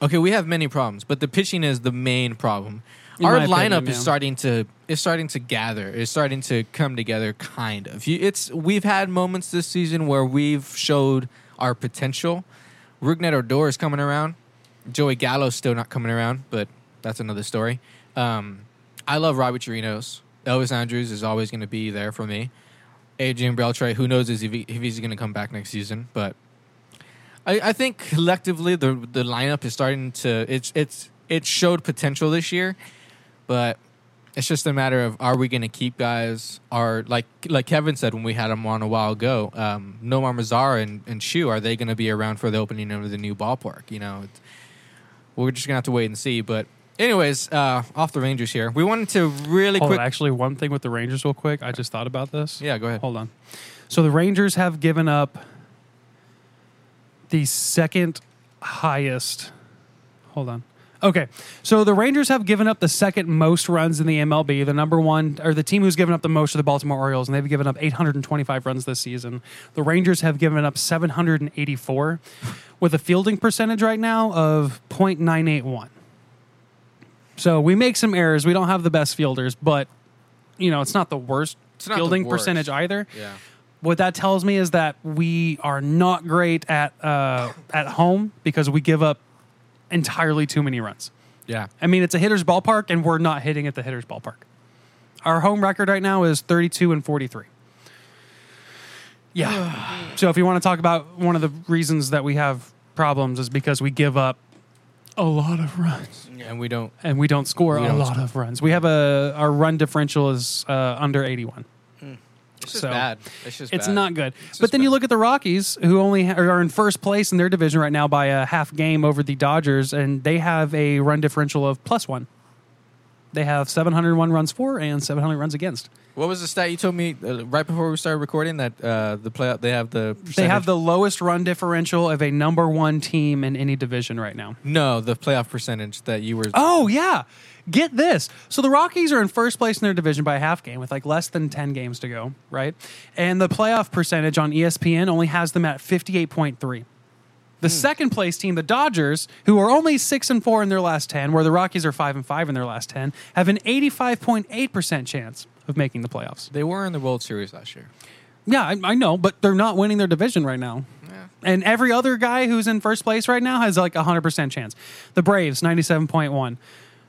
okay. We have many problems, but the pitching is the main problem. In Our my lineup opinion, is yeah. starting to is starting to gather. Is starting to come together. Kind of. You, it's we've had moments this season where we've showed our potential. Rugnet Odor is coming around. Joey Gallo's still not coming around, but that's another story. Um, I love Robbie Chirinos. Elvis Andrews is always going to be there for me. Adrian Beltre, who knows if, he, if he's going to come back next season, but I, I think collectively the the lineup is starting to it's it's it showed potential this year, but it's just a matter of are we going to keep guys? Are like like Kevin said when we had him on a while ago, um, Nomar Mazar and and Shu are they going to be around for the opening of the new ballpark? You know, it's, we're just going to have to wait and see. But anyways, uh, off the Rangers here, we wanted to really Hold on, quick. actually, one thing with the Rangers, real quick. I just thought about this. Yeah, go ahead. Hold on. So the Rangers have given up the second highest. Hold on. Okay. So the Rangers have given up the second most runs in the MLB. The number one, or the team who's given up the most are the Baltimore Orioles, and they've given up 825 runs this season. The Rangers have given up 784 with a fielding percentage right now of 0.981. So we make some errors. We don't have the best fielders, but, you know, it's not the worst not the fielding worst. percentage either Yeah. what that tells me is that we are not great at uh, at home because we give up entirely too many runs. Yeah. I mean, it's a hitter's ballpark, and we're not hitting at the hitter's ballpark. Our home record right now is 32 and 43. Oh, Yeah. so if you want to talk about one of the reasons that we have problems is because we give up a lot of runs and we don't. and we don't score We a don't lot score. of runs. We have a our run differential is uh, under 81. It's So, bad. It's just It's bad. not good. just but then you bad. look at the Rockies, who only ha- are in first place in their division right now by a half game over the Dodgers, and they have a run differential of plus one. They have 701 runs for and 700 runs against. What was the stat you told me uh, right before we started recording that uh, the playoff they have the They have percentage- the lowest run differential of a number one team in any division right now. no the playoff percentage that you were Oh yeah, get this. So the Rockies are in first place in their division by a half game, with like less than ten games to go, right? And the playoff percentage on E ESPN only has them at fifty-eight point three. The second place team, the Dodgers, who are only six and four in their last ten, where the Rockies are five and five in their last ten, have an eighty-five point eight percent chance of making the playoffs. they were in the World Series last year. Yeah, I, I know, but they're not winning their division right now. And every other guy who's in first place right now has like a hundred percent chance. The Braves, ninety-seven point one,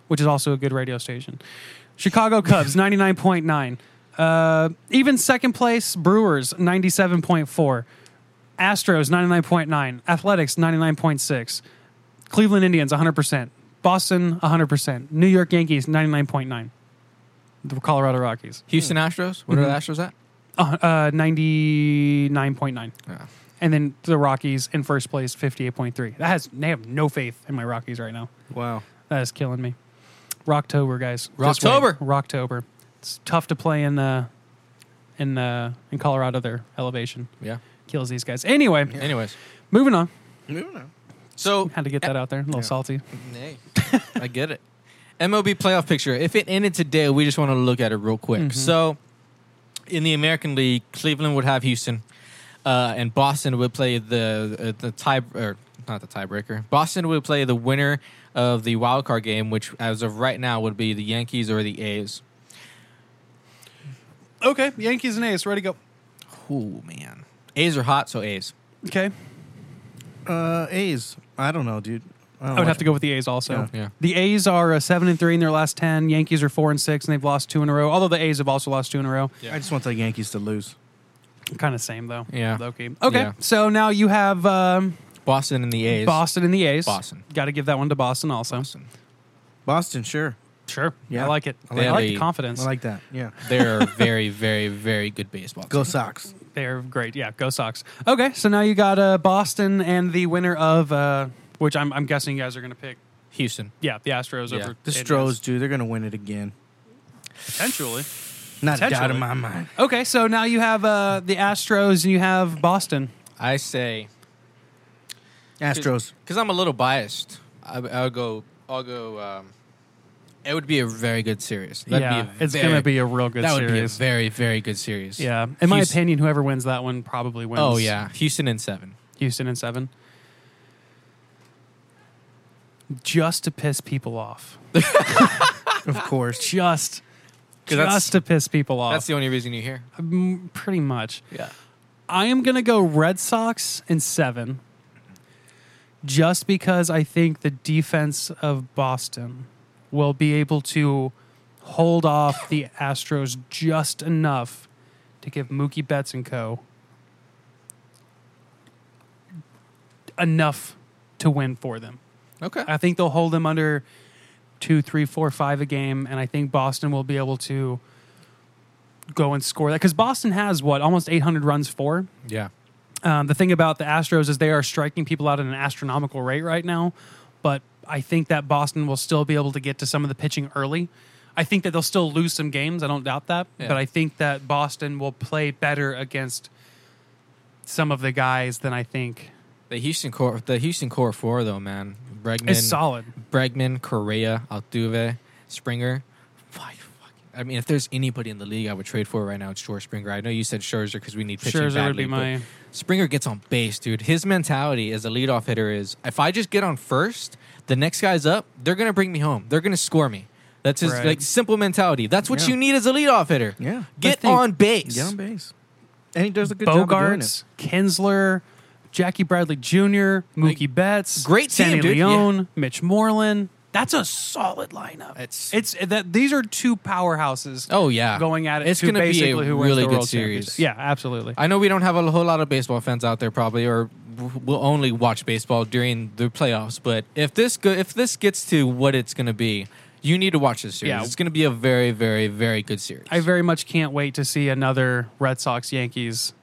which is also a good radio station. Chicago Cubs, ninety-nine point nine. Uh, even second place Brewers, ninety-seven point four. Astros, ninety-nine point nine. Athletics, ninety-nine point six. Cleveland Indians, one hundred percent. Boston, one hundred percent. New York Yankees, ninety-nine point nine. The Colorado Rockies, Houston Astros. What are the Astros at? uh, uh, ninety-nine point nine Yeah. and then the Rockies in first place, fifty-eight point three. That has they have no faith in my Rockies right now. Wow. That is killing me. Rocktober, guys. Just Rocktober. wait. Rocktober. It's tough to play in uh, in uh, in Colorado. Their elevation Yeah. kills these guys. Anyway, Anyways, moving on. Moving on. so Had to get that out there. A little salty. Nay. I get it. MLB playoff picture. If it ended today, we just want to look at it real quick. So, in the American League, Cleveland would have Houston, uh, and Boston would play the uh, the tie or not the tiebreaker. Boston would play the winner of the wild card game, which as of right now would be the Yankees or the A's. Okay, Yankees and A's ready to go. Oh man, A's are hot, so A's. Okay, Uh, A's. I don't know, dude. I would have to go with the A's also. Yeah. Yeah. The A's are uh, seven and three in their last ten. Yankees are four and six, and they've lost two in a row. Although the A's have also lost two in a row. I just want the Yankees to lose. Kind of same though. Yeah. Loki. Okay. Yeah. So now you have um, Boston and the A's. Boston and the A's. Boston. Got to give that one to Boston also. Boston. Boston, sure. Sure. Yeah. I like it. They I like have the a- confidence. I like that. Yeah. They're a very, very, very good baseball. Go team. Sox. They're great. Yeah. Go Sox. Okay. So now you got uh, Boston and the winner of uh, which I'm, I'm guessing you guys are going to pick. Houston. Yeah, the Astros Yeah. over The Indians. Stros, dude. They're gonna win it again. potentially. Not a doubt Potentially. in my mind. Okay, so now you have uh, the Astros and you have Boston. I say Astros. because I'm a little biased. I, I'll go. I'll go. Um, it would be a very good series. That'd yeah, be a it's very- gonna be a real good that would series. be a very very good series. yeah, in my Houston- opinion, whoever wins that one probably wins. Oh yeah, Houston in seven. Houston and seven. Just to piss people off. Of course. Just, 'Cause that's- just to piss people That's off. the only reason you hear. Mm, Pretty much. Yeah. I am going to go Red Sox in seven just because I think the defense of Boston will be able to hold off the Astros just enough to give Mookie Betts and co enough to win for them. Okay. I think they'll hold them under two, three, four, five a game, and I think Boston will be able to go and score that because Boston has what almost 800 runs for. yeah. Um, the thing about the Astros is they are striking people out at an astronomical rate right now, but I think that Boston will still be able to get to some of the pitching early. I think that they'll still lose some games. I don't doubt that, Yeah. but I think that Boston will play better against some of the guys than I think The Houston core. The Houston core four though, man. Bregman. is solid. Bregman, Correa, Altuve, Springer. Why fuck- I mean, if there's anybody in the league I would trade for right now, it's George Springer. I know you said Scherzer because we need pitching Scherzer would badly. be but my- Springer gets on base, dude. His mentality as a leadoff hitter is: if I just get on first, the next guy's up. They're gonna bring me home. They're gonna score me. That's his Right. like simple mentality. That's what Yeah. you need as a leadoff hitter. Yeah. get I think- on base. Get on base. And he does a good job of doing Bogarts, it. Kinsler, Jackie Bradley Jr., Mookie Betts, great team, Sandy dude. Leone, Mitch Moreland. That's a solid lineup. It's- it's that these are two powerhouses. Oh yeah, going at it. It's to going to be a basically who wins really the good World series. Championship. Yeah, absolutely. I know we don't have a whole lot of baseball fans out there probably, or w- will only watch baseball during the playoffs. But if this go- if this gets to what it's going to be, you need to watch this series. Yeah. It's going to be a very, very, very good series. I very much can't wait to see another Red Sox Yankees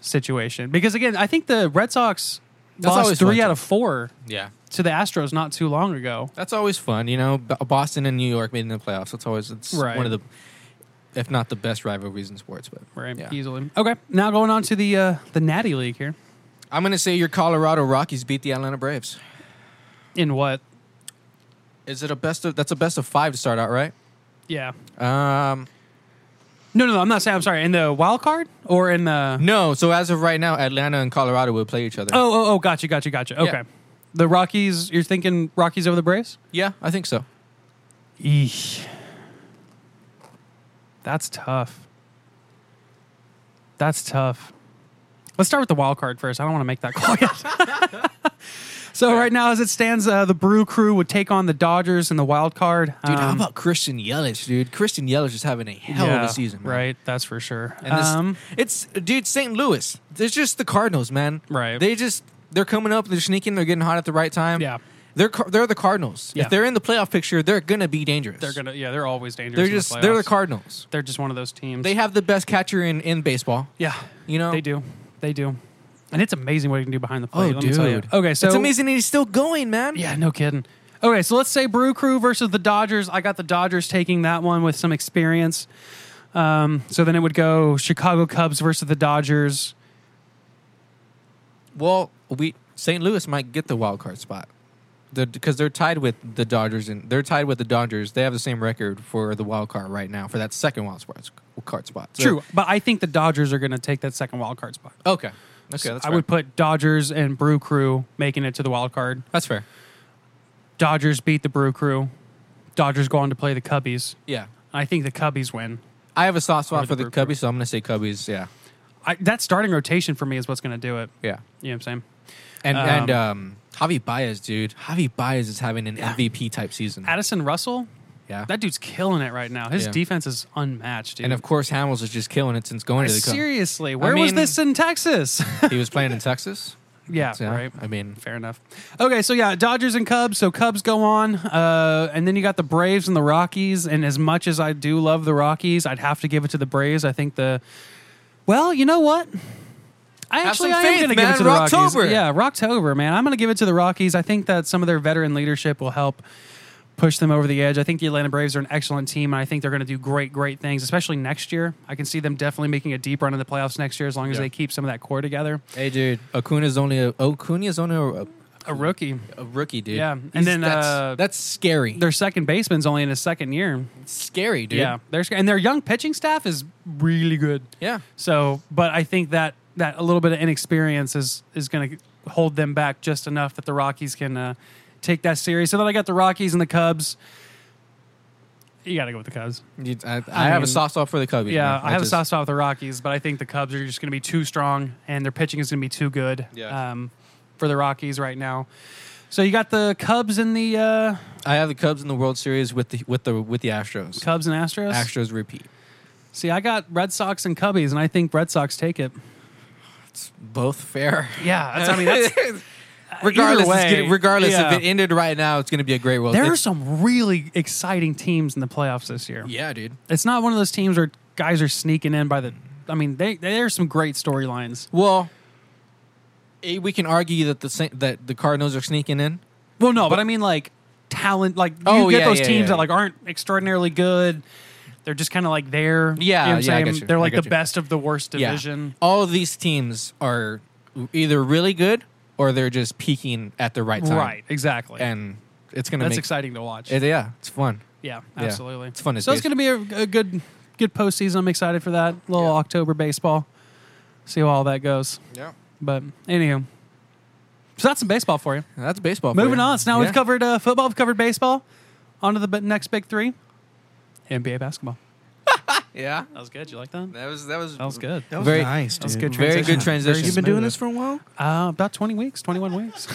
situation because again, I think the Red Sox That's lost always fun three out too. of four yeah, to the Astros not too long ago. that's always fun. You know, B- Boston and New York made it in the playoffs. It's always it's Right. one of the, if not the best rivalries in sports. But Right, yeah. easily. Okay, now going on to the uh, the Natty League here. I'm going to say your Colorado Rockies beat the Atlanta Braves. In what? Is it a best of? That's a best of five to start out, right? Yeah. Um, No, no, no. I'm not saying. I'm sorry. In the wild card or in the? no. So as of right now, Atlanta and Colorado will play each other. Oh, oh, oh. Gotcha, gotcha, gotcha. Okay. Yeah. The Rockies. You're thinking Rockies over the Braves? yeah, I think so. Eesh. That's tough. That's tough. Let's start with the wild card first. I don't want to make that call yet. so right now, as it stands, uh, the Brew Crew would take on the Dodgers in the wild card. Dude, how Um, about Christian Yelich, dude? Christian Yelich is having a hell of yeah, a season, man. right? That's for sure. And this, um, it's dude, St. Louis. It's just the Cardinals, man. Right. They just they're coming up. They're sneaking. They're getting hot at the right time. Yeah. They're Car- they're the Cardinals. Yeah. If they're in the playoff picture, they're gonna be dangerous. they're gonna, yeah, they're always dangerous. They're in the just they're the playoffs. Cardinals. They're just one of those teams. They have the best catcher in in baseball. yeah, You know. they do, they do, and it's amazing what you can do behind the Oh, plate. let me dude. tell you. Okay, so it's amazing. that He's still going, man. Yeah, no kidding. Okay, so let's say Brew Crew versus the Dodgers. I got the Dodgers taking that one with some experience. Um, so then it would go Chicago Cubs versus the Dodgers. Well, we St. Louis might get the wild card spot because they're tied with the Dodgers and they're tied with the Dodgers. They have the same record for the wild card right now for that second wild spot, card spot. So- True, but I think the Dodgers are going to take that second wild card spot. Okay. Okay. That's So I fair. would put Dodgers and Brew Crew making it to the wild card. That's fair. Dodgers beat the Brew Crew. Dodgers go on to play the Cubbies. Yeah. I think the Cubbies win. I have a soft Or spot for the the Brew Crew. Cubbies, so I'm going to say Cubbies. Yeah. I, that starting rotation for me is what's going to do it. Yeah. You know what I'm saying? And Um, and um, Javi Baez, dude. Javi Baez is having an MVP type season. Addison Russell, Yeah. that dude's killing it right now. His Yeah. defense is unmatched, dude. and of course, Hamels is just killing it since going to the Cubs. Seriously, where was mean- this in Texas? He was playing in Texas. yeah, So, right. I mean, uh, Fair enough. Okay, so yeah, Dodgers and Cubs. So Cubs go on, uh, and then you got the Braves and the Rockies. And as much as I do love the Rockies, I'd have to give it to the Braves. I think the well, you know what? I Have actually some I am faith, going to give it man. to the Rockies. Rocktober. Yeah, Rocktober, man. I'm going to give it to the Rockies. I think that some of their veteran leadership will help push them over the edge. I think the Atlanta Braves are an excellent team, and I think they're going to do great, great things, especially next year. I can see them definitely making a deep run in the playoffs next year as long as Yeah. they keep some of that core together. hey, dude. Acuna's only a, Acuna's only a, A rookie. a rookie, dude. Yeah, and He's- then, that's, uh, that's scary. their second baseman's only in his second year. It's scary, dude. Yeah, they're sc- and their young pitching staff is really good. yeah. So, but I think that that a little bit of inexperience is is going to hold them back just enough that the Rockies can uh, take that series. So then I got the Rockies and the Cubs. You got to go with the Cubs. You- I, I, I have mean- a soft spot for the Cubbies. Yeah, man. I have just- a soft spot with the Rockies, but I think the Cubs are just going to be too strong, and their pitching is going to be too good Yeah. um, for the Rockies right now. So you got the Cubs and the uh, I have the Cubs in the World Series with the with the with the Astros. Cubs and Astros. Astros repeat. See, I got Red Sox and Cubbies, and I think Red Sox take it. Both fair. Yeah, that's, I mean, that's, regardless, it's way, gonna- regardless yeah. if it ended right now, it's going to be a great World. there are Series. some really exciting teams in the playoffs this year. yeah, dude. It's not one of those teams where guys are sneaking in by the. I mean, they there are some great storylines. Well, eh, we can argue that the Sa- that the Cardinals are sneaking in. Well, no, but, I mean, like talent, like you Oh, get yeah, those yeah, teams yeah. that like aren't extraordinarily good. They're just kind of like Yeah, there. you know what I'm yeah, I saying? get you. They're I like get the you. best of the worst division. Yeah, all of these teams are either really good or they're just peaking at the right time. Right, exactly. and it's going to That's make exciting to watch. it- yeah, it's fun. Yeah, Yeah. absolutely. It's fun as So it's base- going to be a, a good good postseason. I'm excited for that little Yeah. October baseball. See how all that goes. Yeah, But anywho, so that's some baseball for you. that's baseball. for Moving you. on. So now Yeah. we've covered uh, football, we've covered baseball. On to the b- next big three, NBA basketball. Yeah, That was good. You like that? that was that was That was good. That was Very- nice, that was dude. good. Very transition. good transition. You've been doing this for a while. Uh, about 20 weeks, 21 weeks.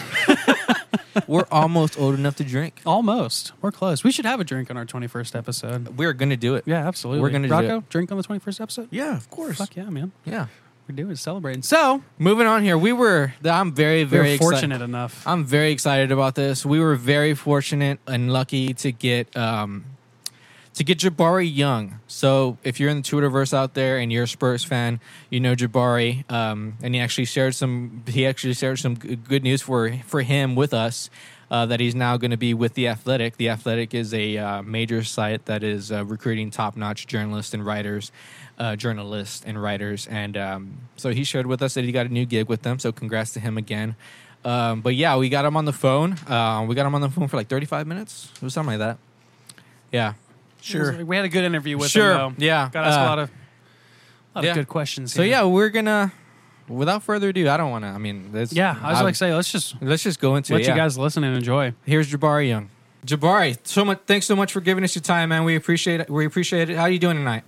We're almost old enough to drink. Almost. We're close. We should have a drink on our 21st episode. We're gonna do it. Yeah, absolutely. We're gonna do Rocco, drink on the 21st episode? Yeah, of course. Fuck yeah, man. Yeah. We're doing it, celebrating. So, Moving on here, we were. I'm very, we very we're excited. fortunate enough. I'm very excited about this. We were very fortunate and lucky to get um, to get Jabari Young. So if you're in the Twitterverse out there and you're a Spurs fan, you know Jabari, um, and he actually shared some. He actually shared some g- good news for for him with us. Uh, that he's now going to be with the Athletic. The Athletic is a uh, major site that is uh, recruiting top-notch journalists and writers, uh, journalists and writers. And um, so he shared with us that he got a new gig with them. So congrats to him again. Um, but yeah, we got him on the phone. Uh, we got him on the phone for like 35 minutes. It was something like that. Yeah. Sure. We had a good interview with Sure, him, though. yeah. Got asked a Uh, lot of, a lot yeah. of good questions. So here. yeah, we're gonna. Without further ado, I don't want to. I mean, that's, Yeah, I was I- like, say, let's just let's just go into let it. you yeah. guys listen and enjoy. Here's Jabari Young. Jabari, so much. Thanks so much for giving us your time, man. We appreciate it. We appreciate it. How you doing tonight?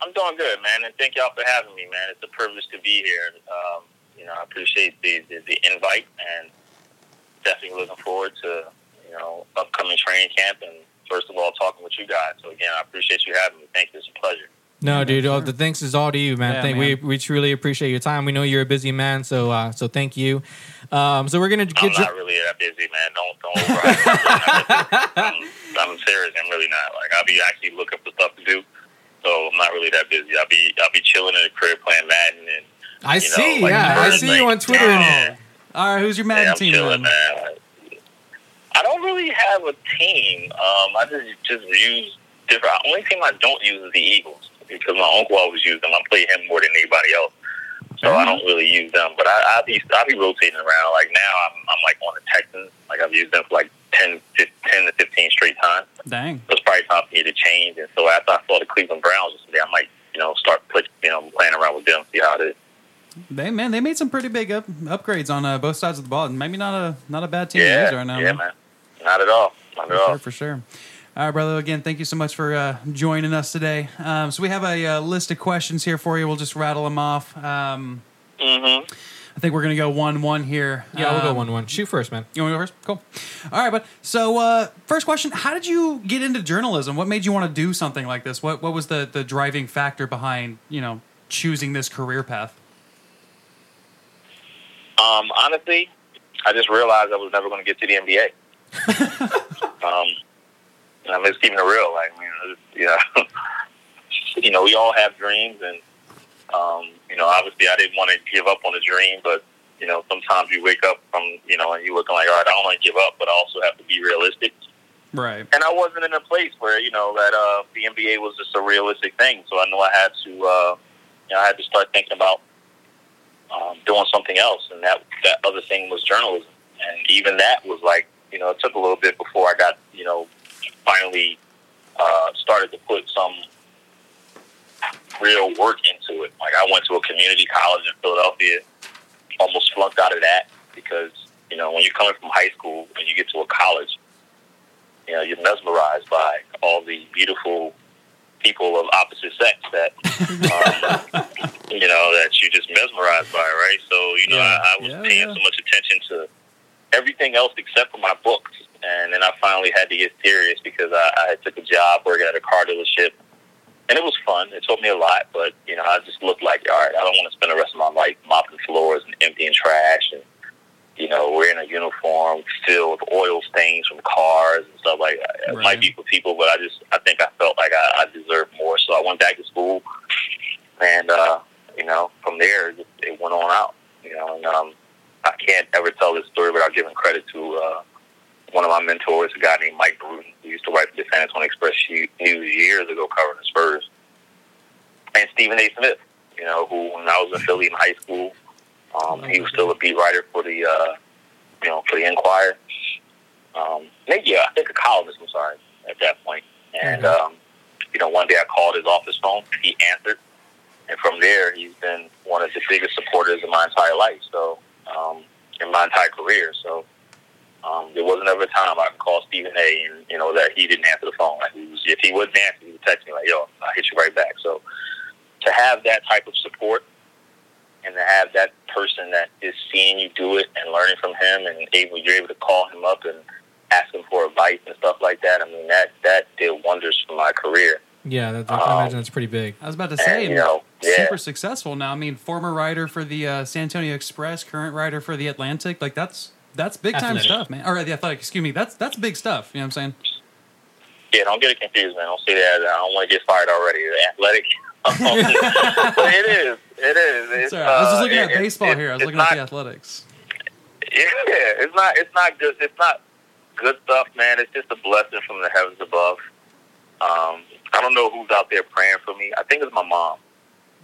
I'm doing good, man, and thank y'all for having me, man. It's a privilege to be here. Um, you know, I appreciate the, the the invite, and definitely looking forward to you know upcoming training camp, and first of all, talking with you guys. So again, I appreciate you having me. Thank you. It's a pleasure. No, dude. sure. Oh, the thanks is all to you, man. Yeah, Thank we we truly appreciate your time. We know you're a busy man, so uh, so thank you. Um, so we're gonna I'm get. Ja- not really that busy, man. Don't don't overhype. I'm, I'm serious. I'm really not. Like I'll be actually looking for stuff to do, so I'm not really that busy. I'll be I'll be chilling in the crib playing Madden and. I you know, see. like, yeah, I doing see you things. on Twitter and all. Yeah. All right, who's your Madden Yeah, I'm team? then? chilling, man. Like, I don't really have a team. Um, I just just use different. The only team I don't use is the Eagles because my uncle always used them. I play him more than anybody else, so Mm-hmm. I don't really use them. But I, I be I be rotating around. Like now, I'm I'm like on the Texans. Like I've used them for like 10, 10 to fifteen straight times. Dang. So it's probably time for me to change. And so after I saw the Cleveland Browns yesterday, I might you know start put you know playing around with them, see how it is. They man, they made some pretty big up, upgrades on uh, both sides of the ball. and Maybe not a not a bad team to yeah, use right now. yeah, man. Not at all. Not For at all. sure, for sure. All right, brother. Again, thank you so much for uh, joining us today. Um, so we have a, uh list of questions here for you. We'll just rattle them off. Um, Mm-hmm. I think we're gonna go one one here. Yeah, we'll go Um, one one. Shoot first, man. You want to go first? Cool. All right, but so uh, first question: How did you get into journalism? What made you want to do something like this? What what was the the driving factor behind you know choosing this career path? Um, honestly, I just realized I was never going to get to the NBA. um, and I'm just keeping it real. Like, you know, yeah, you know, we all have dreams, and um, you know, obviously, I didn't want to give up on a dream, but you know, sometimes you wake up from you know, and you looking like, all right, I don't want to give up, but I also have to be realistic. Right. And I wasn't in a place where you know that uh, the NBA was just a realistic thing, so I knew I had to, uh, you know, I had to start thinking about um, doing something else, and that that other thing was journalism, and even that was like you know it took a little bit before I got you know finally uh, started to put some real work into it. Like I went to a community college in Philadelphia, almost flunked out of that because you know when you're coming from high school and you get to a college you know, you're mesmerized by all the beautiful people of opposite sex that, um, you know, that you just mesmerized by, right? So, you know, Yeah. I, I was Yeah, paying yeah. so much attention to everything else except for my books. And then I finally had to get serious because I, I had took a job working at a car dealership. And it was fun. It taught me a lot, but, you know, I just looked like, all right, I don't want to spend the rest of my life mopping floors and emptying trash and you know, wearing a uniform filled with oil stains from cars and stuff like that. It Right. might be for people, but I just I think I felt like I, I deserved more. So I went back to school, and uh, you know, from there it it went on out. You know, and um, I can't ever tell this story without giving credit to uh, one of my mentors, a guy named Mike Bruton, who used to write for the San Antonio Express News years ago, covering the Spurs, and Stephen A. Smith. You know, who when I was in Philly in high school, um, he was still a beat writer for the, uh, you know, for the Enquirer. Um, maybe yeah, I think a columnist. I'm sorry at that point. And um, you know, one day I called his office phone. He answered, and from there, he's been one of the biggest supporters of my entire life. So, um, in my entire career. So, um, there wasn't ever a time I could call Stephen A. and you know that he didn't answer the phone. Like he was, if he wouldn't answer, he would text me like, "Yo, I'll hit you right back." So, to have that type of support and to have that person that is seeing you do it and learning from him him and able you're able to call him up and ask him for advice and stuff like that. I mean that that did wonders for my career. Yeah, that, Um, I imagine that's pretty big. I was about to And, say, you know, yeah. super successful now. I mean, former writer for the uh, San Antonio Express, current writer for the Atlantic. Like that's that's big time Athletic. stuff, man. Or the Athletic, excuse me. That's that's big stuff. You know what I'm saying? Yeah, don't get it confused, man. Don't say that. I don't want to get fired already. The athletic. um, but it is. It is. It's, Sorry, I was just uh, looking at it- it- baseball it- here. I was it's looking not, at the Athletics. Yeah, it's not. It's not good. It's not good stuff, man. It's just a blessing from the heavens above. Um, I don't know who's out there praying for me. I think it's my mom.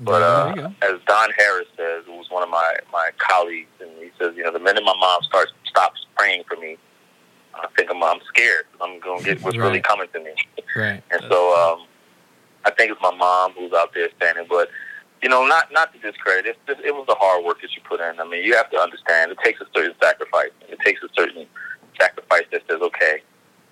But There you uh, go. as Don Harris says, who's one of my my colleagues, and he says, you know, the minute my mom starts stops praying for me, I think I'm, I'm scared. I'm gonna get what's really Right. coming to me. Right. And so um, I think it's my mom who's out there standing. But you know, not not to discredit it, it, it was the hard work that you put in. I mean, you have to understand it takes a certain sacrifice. It takes a certain sacrifice that says, okay,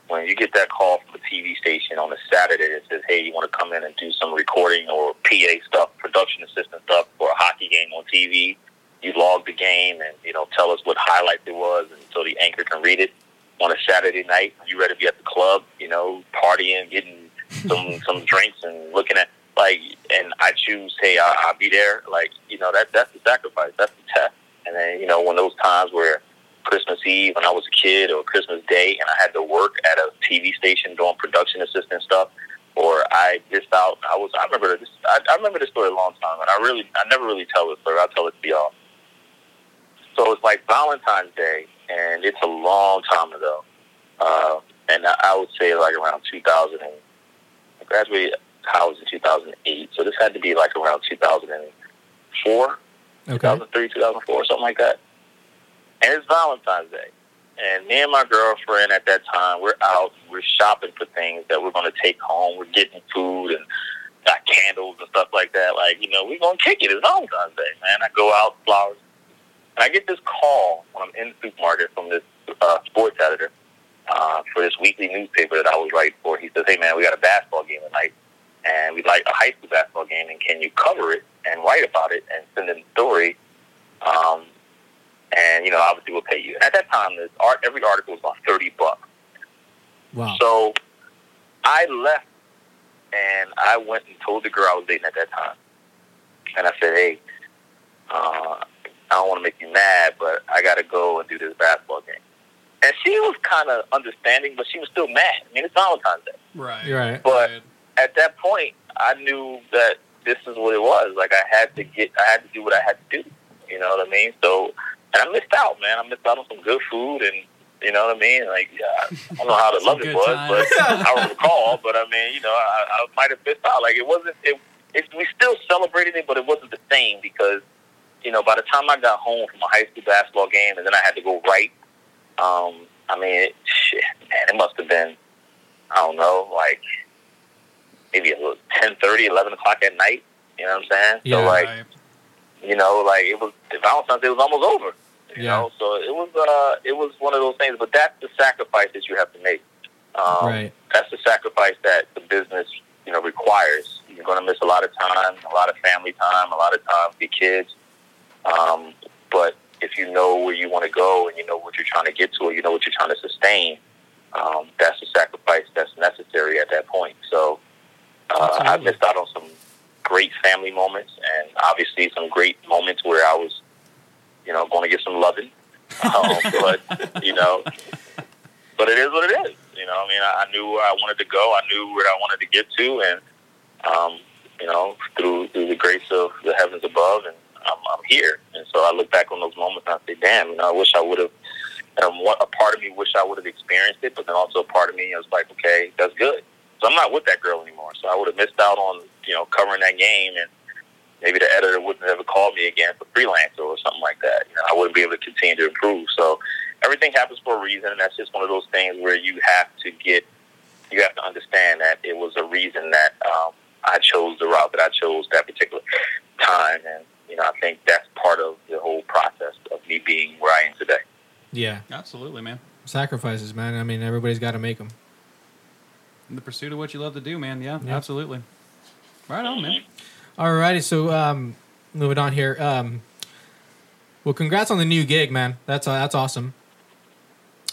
when you get that call from the TV station on a Saturday that says, hey, you want to come in and do some recording or PA stuff, production assistant stuff for a hockey game on TV. You log the game and you know tell us what highlight it was, and so the anchor can read it on a Saturday night. You ready to be at the club, you know, partying, getting some some drinks, and looking at like. And I choose, hey, I, I'll be there. Like, you know, that that's the sacrifice. That's the test. And then you know, when those times where Christmas Eve when I was a kid, or Christmas Day, and I had to work at a TV station doing production assistant stuff. Or I missed out. I was. I remember this. I, I remember this story a long time, and I really, I never really tell this story. I'll tell it to y'all. So it's like Valentine's Day, and it's a long time ago. Uh, and I, I would say like around 2000. And I graduated college in 2008, so this had to be like around 2004, Okay. 2003, 2004, something like that. And it's Valentine's Day. And me and my girlfriend at that time, we're out, we're shopping for things that we're going to take home. We're getting food and got candles and stuff like that. Like, you know, we're going to kick it. It's Valentine's Day, man. I go out, flowers. And I get this call when I'm in the supermarket from this uh, sports editor uh, for this weekly newspaper that I was writing for. He says, hey, man, we got a basketball game tonight. And we'd like a high school basketball game. And can you cover it and write about it and send in a story? Um, and, you know, obviously we'll pay you. At that time, this art, every article was about 30 bucks. Wow. So I left and I went and told the girl I was dating at that time. And I said, hey, uh, I don't want to make you mad, but I got to go and do this basketball game. And she was kind of understanding, but she was still mad. I mean, it's Valentine's Day. Right. You're right. But at that point, I knew that this is what it was. Like I had to get, I had to do what I had to do. You know what I mean? So, and I missed out, man. I missed out on some good food, and you know what I mean. Like uh, I don't know how the love good it was, times. but I don't recall. But I mean, you know, I, I might have missed out. Like it wasn't. It, it we still celebrated it, but it wasn't the same because you know by the time I got home from a high school basketball game, and then I had to go write. Um, I mean, it, shit, man, it must have been. I don't know, like maybe it was 10, 11 o'clock at night. You know what I'm saying? Yeah, so like, right. you know, like it was the Valentine's Day was almost over. You Yeah. know, so it was uh, it was one of those things. But that's the sacrifice that you have to make. Um, Right. That's the sacrifice that the business you know requires. You're going to miss a lot of time, a lot of family time, a lot of time with your kids. Um, but if you know where you want to go and you know what you're trying to get to, or you know what you're trying to sustain, um, that's the sacrifice that's necessary at that point. So uh, I Absolutely. missed out on some great family moments and obviously some great moments where I was, you know, going to get some loving. Um, but, you know, but it is what it is. You know, I mean, I, I knew where I wanted to go. I knew where I wanted to get to. And, um, you know, through, through the grace of the heavens above, and I'm, I'm here. And so I look back on those moments and I say, damn, you know, I wish I would have and what a part of me wish I would have experienced it, but then also a part of me was like, okay, that's good. So I'm not with that girl anymore. So I would have missed out on you know covering that game, and maybe the editor wouldn't have ever called me again for freelancer or something like that. You know, I wouldn't be able to continue to improve. So everything happens for a reason, and that's just one of those things where you have to get, you have to understand that it was a reason that um, I chose the route that I chose that particular time, and you know I think that's part of the whole process of me being where I am today. Yeah. Absolutely, man. Sacrifices, man. I mean, everybody's got to make them. In the pursuit of what you love to do, man. Yeah, Yeah. absolutely. Right on, man. Alrighty, so um, moving on here. Um, well, congrats on the new gig, man. That's uh, that's awesome.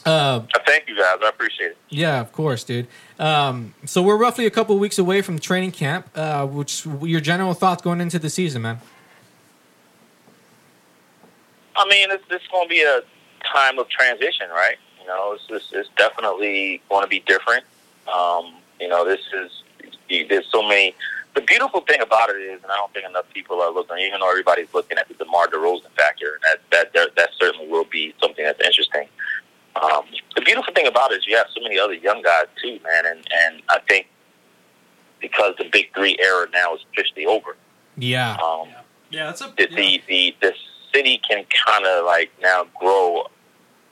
Uh, Uh, thank you guys. I appreciate it. yeah, of course, dude. Um, so we're roughly a couple weeks away from training camp. Uh, which your general thoughts going into the season, man? I mean, it's, it's going to be a time of transition, right? You know, it's, it's, it's definitely going to be different. Um, you know, this is there's so many. The beautiful thing about it is, and I don't think enough people are looking, even though everybody's looking at the DeMar DeRozan factor, and that that that, that certainly will be something that's interesting. Um, the beautiful thing about it is you have so many other young guys too, man, and and I think because the Big Three era now is officially over. Yeah, Um, Yeah, that's a. the, the, the, the city can kind of like now grow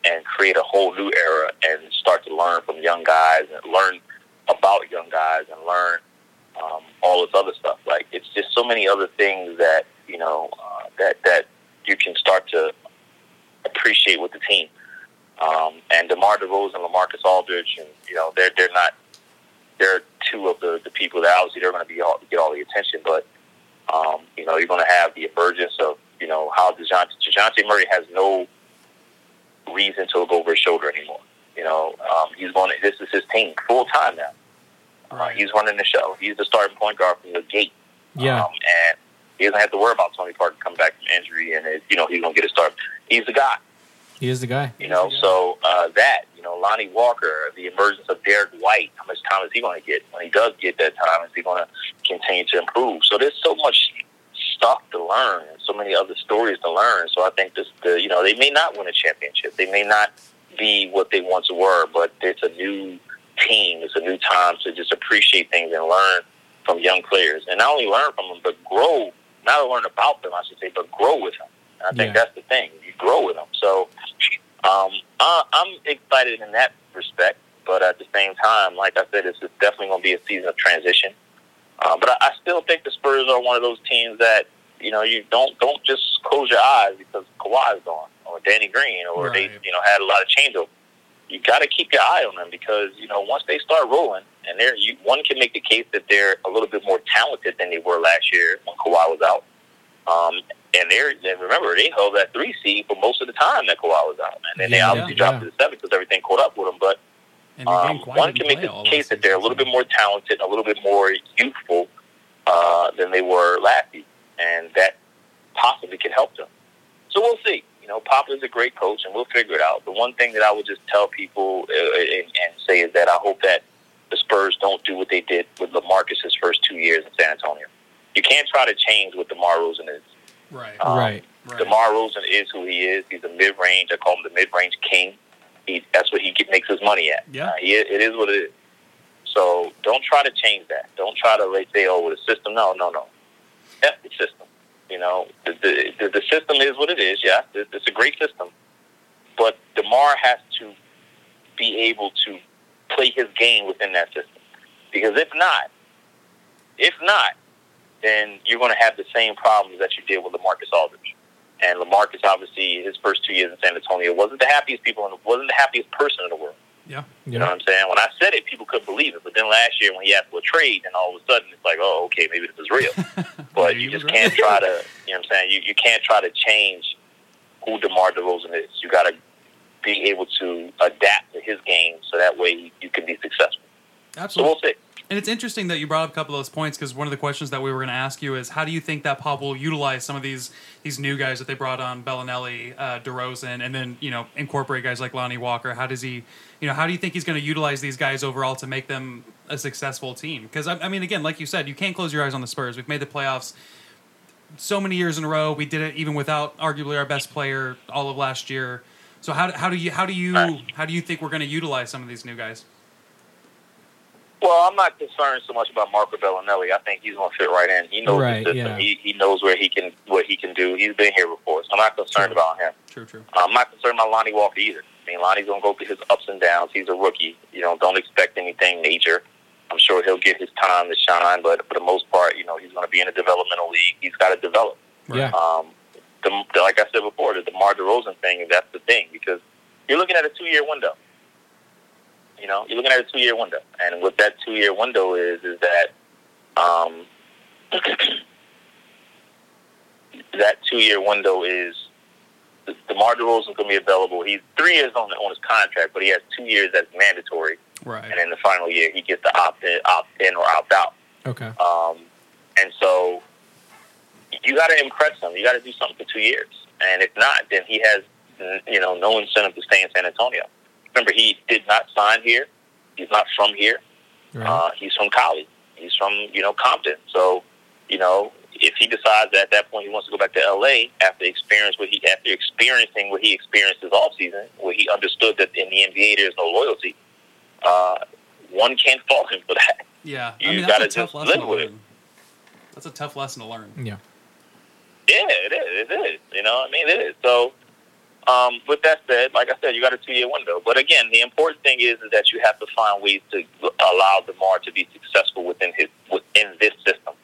and create a whole new era and start to learn from young guys and learn about young guys and learn um, all this other stuff. Like it's just so many other things that you know uh, that that you can start to appreciate with the team. Um, and DeMar DeRozan and LaMarcus Aldridge, and you know they're they're not they're two of the, the people that obviously they're going to be all, get all the attention, but um, you know, you're going to have the emergence of, you know, how DeJounte, DeJounte Murray has no reason to look over his shoulder anymore. You know, um, he's going to, this is his team full time now. Uh, he's running the show. He's the starting point guard from the gate. yeah, Um, and he doesn't have to worry about Tony Parker coming back from injury and, it, you know, he's going to get a start. He's the guy he is the guy. you know. So uh, that, you know, Lonnie Walker, the emergence of Derek White, how much time is he going to get? When he does get that time, is he going to continue to improve? So there's so much stuff to learn, and so many other stories to learn. So I think this, the, you know, they may not win a championship, they may not be what they once were, but it's a new team, it's a new time to just appreciate things and learn from young players, and not only learn from them, but grow. Not only learn about them, I should say, but grow with them. And I think Yeah. that's the thing. You grow with them. So um, I, I'm excited in that respect, but at the same time, like I said, this is definitely going to be a season of transition. Uh, but I, I still think the Spurs are one of those teams that you know you don't don't just close your eyes because Kawhi's gone or Danny Green or they Right. you know had a lot of changeover. You got to keep your eye on them because you know once they start rolling and they're you, one can make the case that they're a little bit more talented than they were last year when Kawhi was out. Um, and they're, they remember they held that three seed for most of the time that Kawhi was out, and then they Yeah, obviously yeah. dropped to the seven because everything caught up with them. But And you're um, getting Kawhi to one can play make the all case last that they're a season. little bit more talented, a little bit more youthful uh, than they were last year, and that possibly could help them. So we'll see. You know, Pop is a great coach, and we'll figure it out. The one thing that I would just tell people uh, and, and say is that I hope that the Spurs don't do what they did with LaMarcus's first two years in San Antonio. You can't try to change what DeMar DeRozan is. Right. Um, right. DeMar DeRozan is who he is. He's a mid-range. I call him the mid-range king. He, that's what he get, makes his money at. Yeah. Uh, he, it is what it is. So don't try to change that. Don't try to like, say, oh, well, the system. No, no, no. F the system. You know, the, the, the, the system is what it is. Yeah, It- it's a great system. But DeMar has to be able to play his game within that system. Because if not, if not, then you're going to have the same problems that you did with LaMarcus Aldridge. And LaMarcus, obviously, his first two years in San Antonio wasn't the happiest people, in the, wasn't the happiest person in the world. Yeah. You know what I'm saying? When I said it, people couldn't believe it. But then last year, when he asked for a trade, and all of a sudden it's like, oh, okay, maybe this is real. but Maybe you it was just can't try to, you know what I'm saying? You you can't try to change who DeMar DeRozan is. You got to be able to adapt to his game so that way you can be successful. So Absolutely. we'll see. And it's interesting that you brought up a couple of those points because one of the questions that we were going to ask you is how do you think that Pop will utilize some of these these new guys that they brought on Bellinelli, uh, DeRozan, and then you know incorporate guys like Lonnie Walker? How does he, you know, how do you think he's going to utilize these guys overall to make them a successful team? Because I, I mean, again, like you said, you can't close your eyes on the Spurs. We've made the playoffs so many years in a row. We did it even without arguably our best player all of last year. So how, how do you how do you how do you think we're going to utilize some of these new guys? Well, I'm not concerned so much about Marco Bellinelli. I think he's going to fit right in. He knows Right, the system. yeah. He, he knows where he can what he can do. He's been here before, so I'm not concerned about him. True, true. I'm not concerned about Lonnie Walker either. I mean, Lonnie's going to go through his ups and downs. He's a rookie. You know, don't expect anything major. I'm sure he'll get his time to shine, but for the most part, you know, he's going to be in a developmental league. He's got to develop. Yeah, Um, the, the, like I said before, the DeMar DeRozan thing, that's the thing because you're looking at a two-year window. You know, you're looking at a two-year window, and what that two-year window is is that um, that two-year window is DeMar DeRozan's going to be available. He's three years on, on his contract, but he has two years that's mandatory. Right. And in the final year, he gets to opt in, opt in or opt out. Okay. Um, and so you got to impress him. You got to do something for two years. And if not, then he has, n- you know, no incentive to stay in San Antonio. Remember, he did not sign here. He's not from here. Right. Uh, he's from Cali. He's from you know Compton. So you know if he decides that at that point he wants to go back to L.A. after experience what he after experiencing what he experienced this off season, where he understood that in the NBA there's no loyalty. Uh, one can't fault him for that. Yeah. You I mean, gotta that's a tough just lesson to live with it. learn. That's a tough lesson to learn. yeah. Yeah, it is. It is. You know, what I mean, it is. So, um, with that said, like I said, you got a two-year window. But again, the important thing is, is that you have to find ways to allow Demar to be successful within his within this system.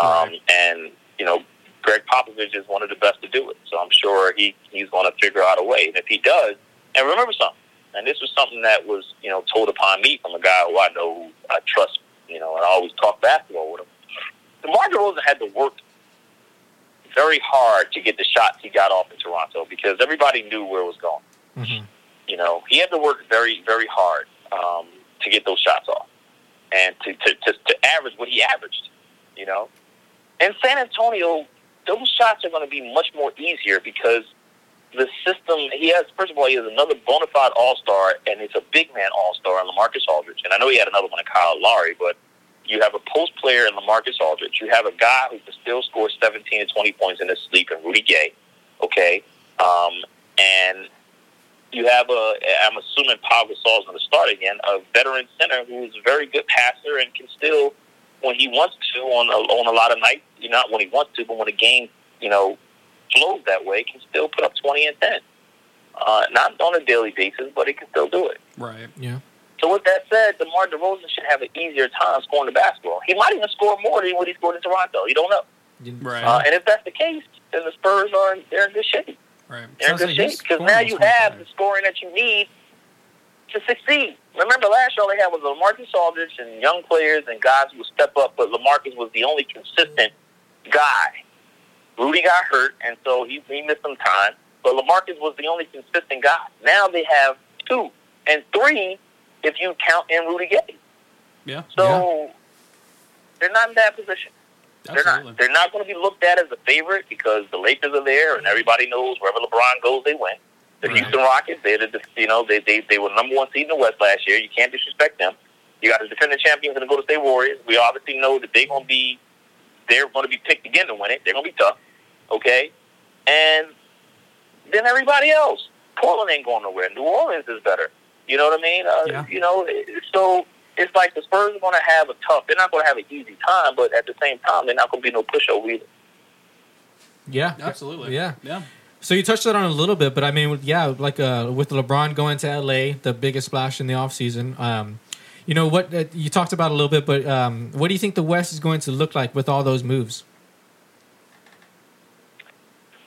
Um, And you know, Greg Popovich is one of the best to do it. So I'm sure he he's going to figure out a way. And if he does, and remember something, and this was something that was you know told upon me from a guy who I know, who I trust, you know, and I always talk basketball with him. DeMar DeRozan had to work very hard to get the shots he got off in Toronto because everybody knew where it was going. Mhm. You know, he had to work very, very hard um, to get those shots off and to, to, to, to average what he averaged, you know. In San Antonio, those shots are going to be much more easier because the system he has, first of all, he has another bona fide all star, and it's a big man all star in Lamarcus Aldridge. And I know he had another one in Kyle Lowry, but you have a post player in Lamarcus Aldridge. You have a guy who can still score 17 to 20 points in his sleep in Rudy Gay. Okay. Um, and you have a, I'm assuming Paul Gasol's going to start again, a veteran center who's a very good passer and can still, when he wants to, on a, on a lot of nights, you know, not when he wants to, but when the game, you know, flows that way, can still put up 20 and 10. Uh, not on a daily basis, but he can still do it. Right. Yeah. So with that said, DeMar DeRozan should have an easier time scoring the basketball. He might even score more than what he scored in Toronto. You don't know. You- Right. Uh, and if that's the case, then the Spurs are in, they're in good shape. Right. They're in Sounds good like he's shape because scoring now those you twenty have the five. scoring that you need to succeed. Remember last year all they had was LaMarcus Aldridge and young players and guys who would step up, but LaMarcus was the only consistent guy. Rudy got hurt, and so he, he missed some time. But LaMarcus was the only consistent guy. Now they have two and three if you count in Rudy Gay. Yeah. So they're not in that position. They're Absolutely. not. They're not going to be looked at as a favorite because the Lakers are there, and everybody knows wherever LeBron goes, they win. The Right. Houston Rockets, they the you know they, they they were number one seed in the West last year. You can't disrespect them. You got the defending champions and the Golden State Warriors. We obviously know that they're going to be they're going to be picked again to win it. They're going to be tough, okay? And then everybody else, Portland ain't going nowhere. New Orleans is better. You know what I mean? Uh, Yeah. You know, so it's like the Spurs are going to have a tough. They're not going to have an easy time, but at the same time, they're not going to be no pushover either. Yeah. Absolutely. Yeah. Yeah. So you touched that on a little bit, but I mean, with- yeah, like uh, with LeBron going to LA, the biggest splash in the offseason. Um, you know what uh, you talked about a little bit, but um, what do you think the West is going to look like with all those moves?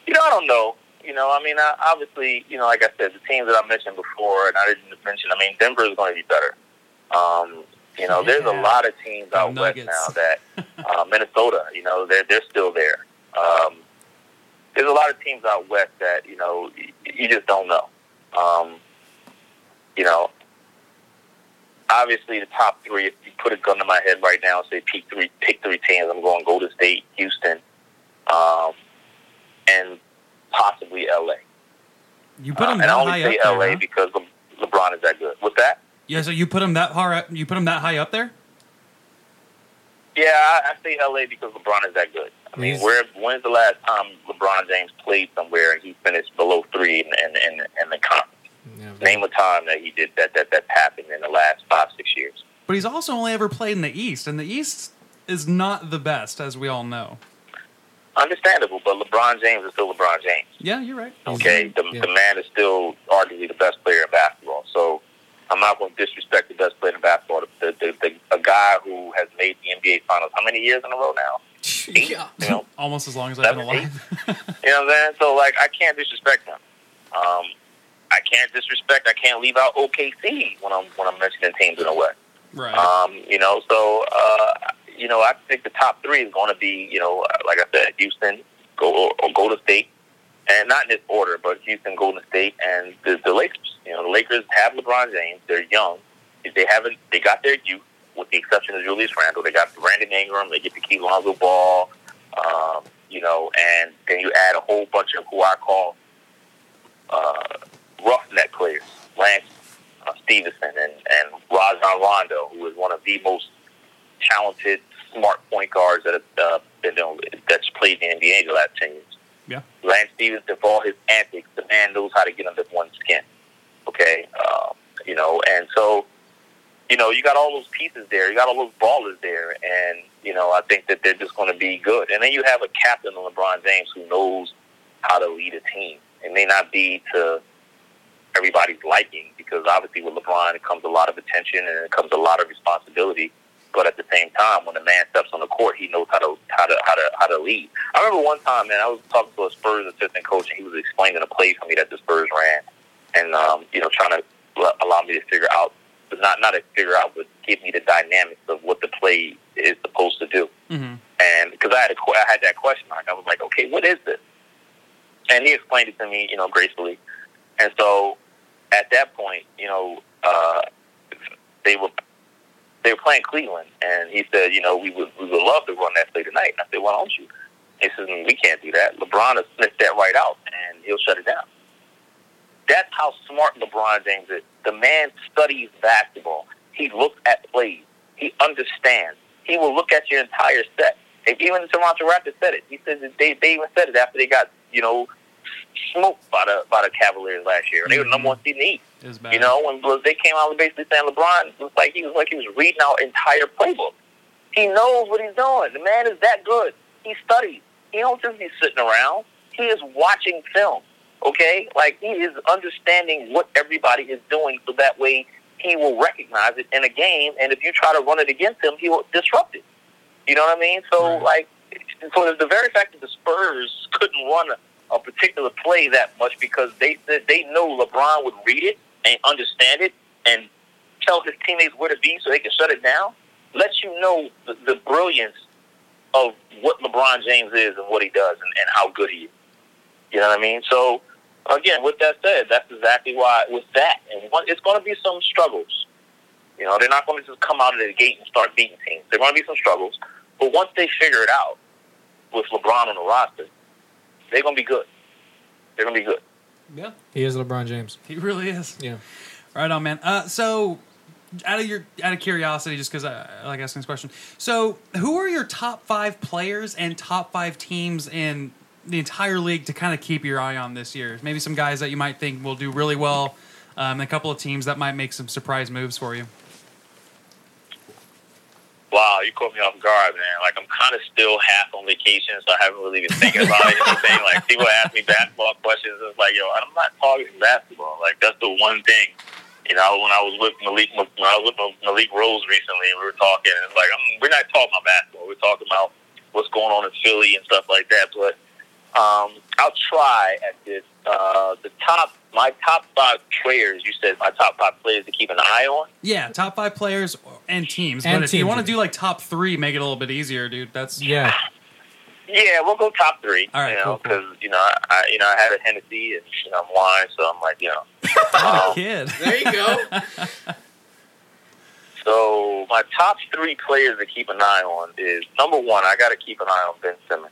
You know, I don't know. You know, I mean, I, obviously, you know, like I said, the teams that I mentioned before, and I didn't mention. I mean, Denver is going to be better. Um, you know, there's Yeah. a lot of teams out Nuggets. west now that uh, Minnesota. You know, they're they're still there. Um, there's a lot of teams out west that you know you, you just don't know. Um, you know, obviously the top three. If you put a gun to my head right now and say pick three, pick three teams, I'm going Golden State, Houston, um, and possibly LA. You put Uh, him and I that only high up say there. LA huh? because Le- LeBron is that good. What's that? Yeah. So you put him that high. You put him that high up there. Yeah, I, I say LA because LeBron is that good. I mean, He's- where when's the last time LeBron James played somewhere and he finished below three in, in, in, in the conference? Yeah, Name a time that he did that that that's happened in the last five six years. But he's also only ever played in the East, and the East is not the best, as we all know. Understandable, but LeBron James is still LeBron James. Yeah, you're right. Okay, the, Mm-hmm. Yeah. the man is still arguably the best player in basketball. So I'm not going to disrespect the best player in basketball. The, the, the, a guy who has made the NBA Finals how many years in a row now? Eight. You know, Almost as long as I've been Seven, eight? alive. you know what I'm saying? So like, I can't disrespect him. Um, I can't disrespect. I can't leave out OKC when I'm when I'm mentioning teams in the West. right. Um, you know, so uh, you know, I think the top three is going to be, you know, like I said, Houston, go or, or Golden State, and not in this order, but Houston, Golden State, and the, the Lakers. You know, the Lakers have LeBron James. They're young. If they haven't, they got their youth, with the exception of Julius Randle. They got Brandon Ingram. They get to keep Lonzo Ball. Um, you know, and then you add a whole bunch of who I call uh, roughneck players, Lance uh, Stevenson and and Rajon Rondo, who is one of the most talented, smart point guards that have uh, been doing, that's played in the NBA the last ten years. Yeah. Lance Stevenson, for all his antics, the man knows how to get under one's skin. Okay, um, you know, and so, you know, you got all those pieces there, you got all those ballers there, and you know, I think that they're just going to be good. And then you have a captain, LeBron James, who knows how to lead a team. It may not be to everybody's liking because obviously with LeBron it comes a lot of attention and it comes a lot of responsibility. But at the same time, when a man steps on the court, he knows how to how to how to how to lead. I remember one time, man, I was talking to a Spurs assistant coach, and he was explaining a play for me that the Spurs ran, and um, you know, trying to l- allow me to figure out, but not not to figure out, but give me the dynamics of what the play is supposed to do. Mm-hmm. And because I had a que- I had that question mark, I was like, okay, what is this? And he explained it to me, you know, gracefully. And so, at that point, you know, uh, they were they were playing Cleveland, and he said, you know, we would we would love to run that play tonight. And I said, why don't you? He says, "Mm, we can't do that. LeBron has sniffed that right out, and he'll shut it down. That's how smart LeBron James is. The man studies basketball. He looks at plays. He understands. He will look at your entire set. If even the Toronto Raptors said it, he says that they they even said it after they got you know smoked by the by the Cavaliers last year. They were the number one seed in the East. Is bad. You know, when Bla- they came out basically saying LeBron it was like he was like he was reading our entire playbook. He knows what he's doing. The man is that good. He studies. He don't just be sitting around. He is watching film. Okay, like he is understanding what everybody is doing, so that way he will recognize it in a game. And if you try to run it against him, he will disrupt it. You know what I mean? So Right. like, so the very fact that the Spurs couldn't run a, a particular play that much because they said they know LeBron would read it and understand it and tell his teammates where to be so they can shut it down. Lets you know the, the brilliance of what LeBron James is and what he does and, and how good he is. You know what I mean? So again, with that said, that's exactly why with that, and one, it's going to be some struggles. You know, they're not going to just come out of the gate and start beating teams. There are going to be some struggles, but once they figure it out with LeBron on the roster, they're going to be good. They're going to be good. Yeah, He is LeBron James. he really is. Yeah. Right on, man. Uh, so, out of your out of curiosity, just because I, I like asking this question, so who are your top five players and top five teams in the entire league to kind of keep your eye on this year? Maybe some guys that you might think will do really well, um, and a couple of teams that might make some surprise moves for you. Wow, you caught me off guard, man. Like I'm kind of still half on vacation, so I haven't really been thinking about anything. Like people ask me basketball questions, it's like, yo, I'm not talking basketball. Like that's the one thing. You know, when I was with Malik, when I was with Malik Rose recently, we were talking. and It's like I'm, we're not talking about basketball. We're talking about what's going on in Philly and stuff like that. But um, I'll try at this. Uh, the top, my top five players. You said my top five players to keep an eye on. Yeah, top five players and teams. And but if you teams. want to do like top three, make it a little bit easier, dude. That's Yeah. Yeah, we'll go top three. All right, you know, cool, cool. because you know, I- I you know I had a Hennessy and you know, I'm wine, so I'm like you know. I'm a Um, kid. There you go. so my top three players to keep an eye on is number one. I got to keep an eye on Ben Simmons.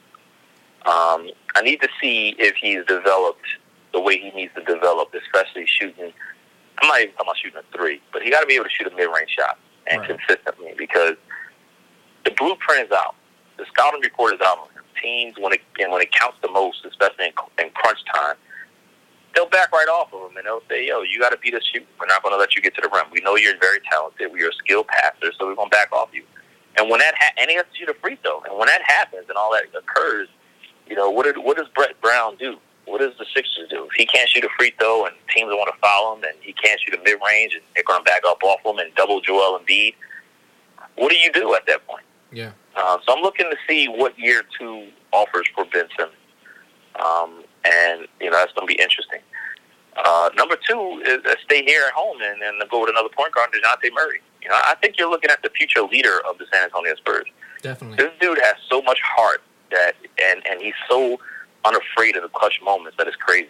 Um, I need to see if he's developed the way he needs to develop, especially shooting. I'm not even talking about shooting a three, but he got to be able to shoot a mid-range shot and Right. consistently because the blueprint is out. The scouting report is out on him. Teams when it and when it counts the most, especially in, in crunch time, they'll back right off of him and they'll say, "Yo, you got to beat us shoot. We're not going to let you get to the rim. We know you're very talented. We are a skilled passer, so we're going to back off you." And when that ha- and he has to shoot a free throw, and when that happens and all that occurs, you know, what did, what does Brett Brown do? What does the Sixers do? If he can't shoot a free throw and teams want to foul him and he can't shoot a mid range and they're going to back up off him and double Joel Embiid, what do you do at that point? Yeah. Uh, so I'm looking to see what year two offers for Benson. Um, and, you know, that's going to be interesting. Uh, number two is uh, stay here at home and, and go with another point guard, DeJounte Murray. You know, I think you're looking at the future leader of the San Antonio Spurs Definitely. this dude has so much heart that and and he's so unafraid of the clutch moments. That is crazy.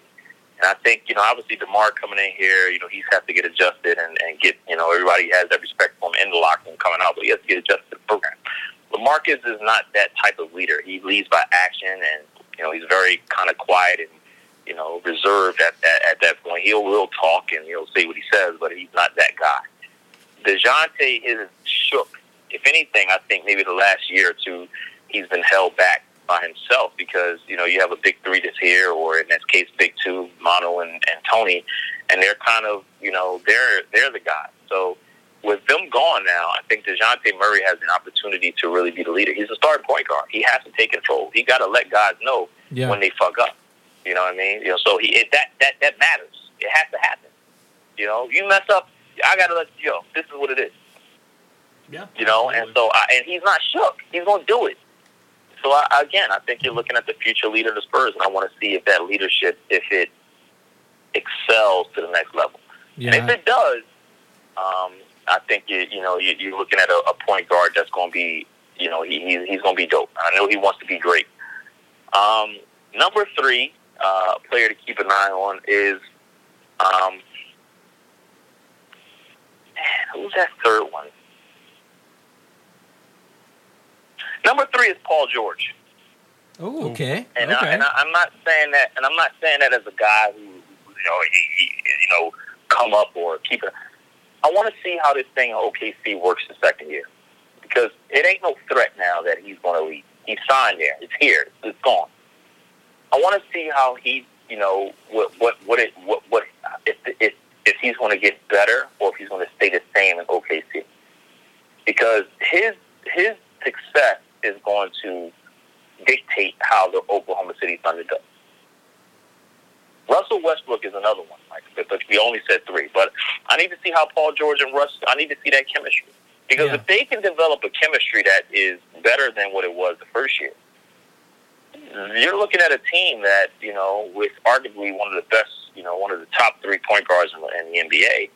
And I think, you know, obviously DeMar coming in here, you know, he's has to get adjusted and, and get, you know, everybody has that respect for him in the locker room coming out, but he has to get adjusted to the program. Lamarcus is not that type of leader. He leads by action and, you know, he's very kind of quiet and, you know, reserved at, at, at that point. He'll, will talk and he'll say what he says, but he's not that guy. DeJounte is shook. If anything, I think maybe the last year or two, he's been held back by himself because, you know, you have a big three that's here, or in this case, big two, Mono and, and Tony, and they're kind of, you know, they're, they're the guys. So with them gone now, I think DeJounte Murray has an opportunity to really be the leader. He's a starting point guard. He has to take control. He got to let guys know Yeah. when they fuck up. You know what I mean? You know, so he it, that that that matters. It has to happen. You know, you mess up, I gotta let you know. This is what it is. Yeah. You know, and so I, and he's not shook. He's gonna do it. So I, again, I think you're looking at the future leader of the Spurs, and I want to see if that leadership, if it excels to the next level. And if it does, um, I think you you know you, you're looking at a, a point guard that's going to be you know he, he he's going to be dope. I know he wants to be great. Um, number three uh, player to keep an eye on is um, man, who's that third one? Number three is Paul George. Oh, okay. And, okay. I, and I, I'm not saying that, and I'm not saying that as a guy who, you know, he, he, you know, come up or keep it. I want to see how this thing at OKC works the second year because it ain't no threat now that he's going to leave. He's signed there. It's here. It's gone. I want to see how he, you know, what what what it what what if if if he's going to get better or if he's going to stay the same in OKC because his his success is going to dictate how the Oklahoma City Thunder does. Russell Westbrook is another one, like but- but we only said three. But I need to see how Paul George and Russ. I need to see that chemistry because Yeah. if they can develop a chemistry that is better than what it was the first year, you're looking at a team that you know with arguably one of the best, you know, one of the top three point guards in the, in the NBA,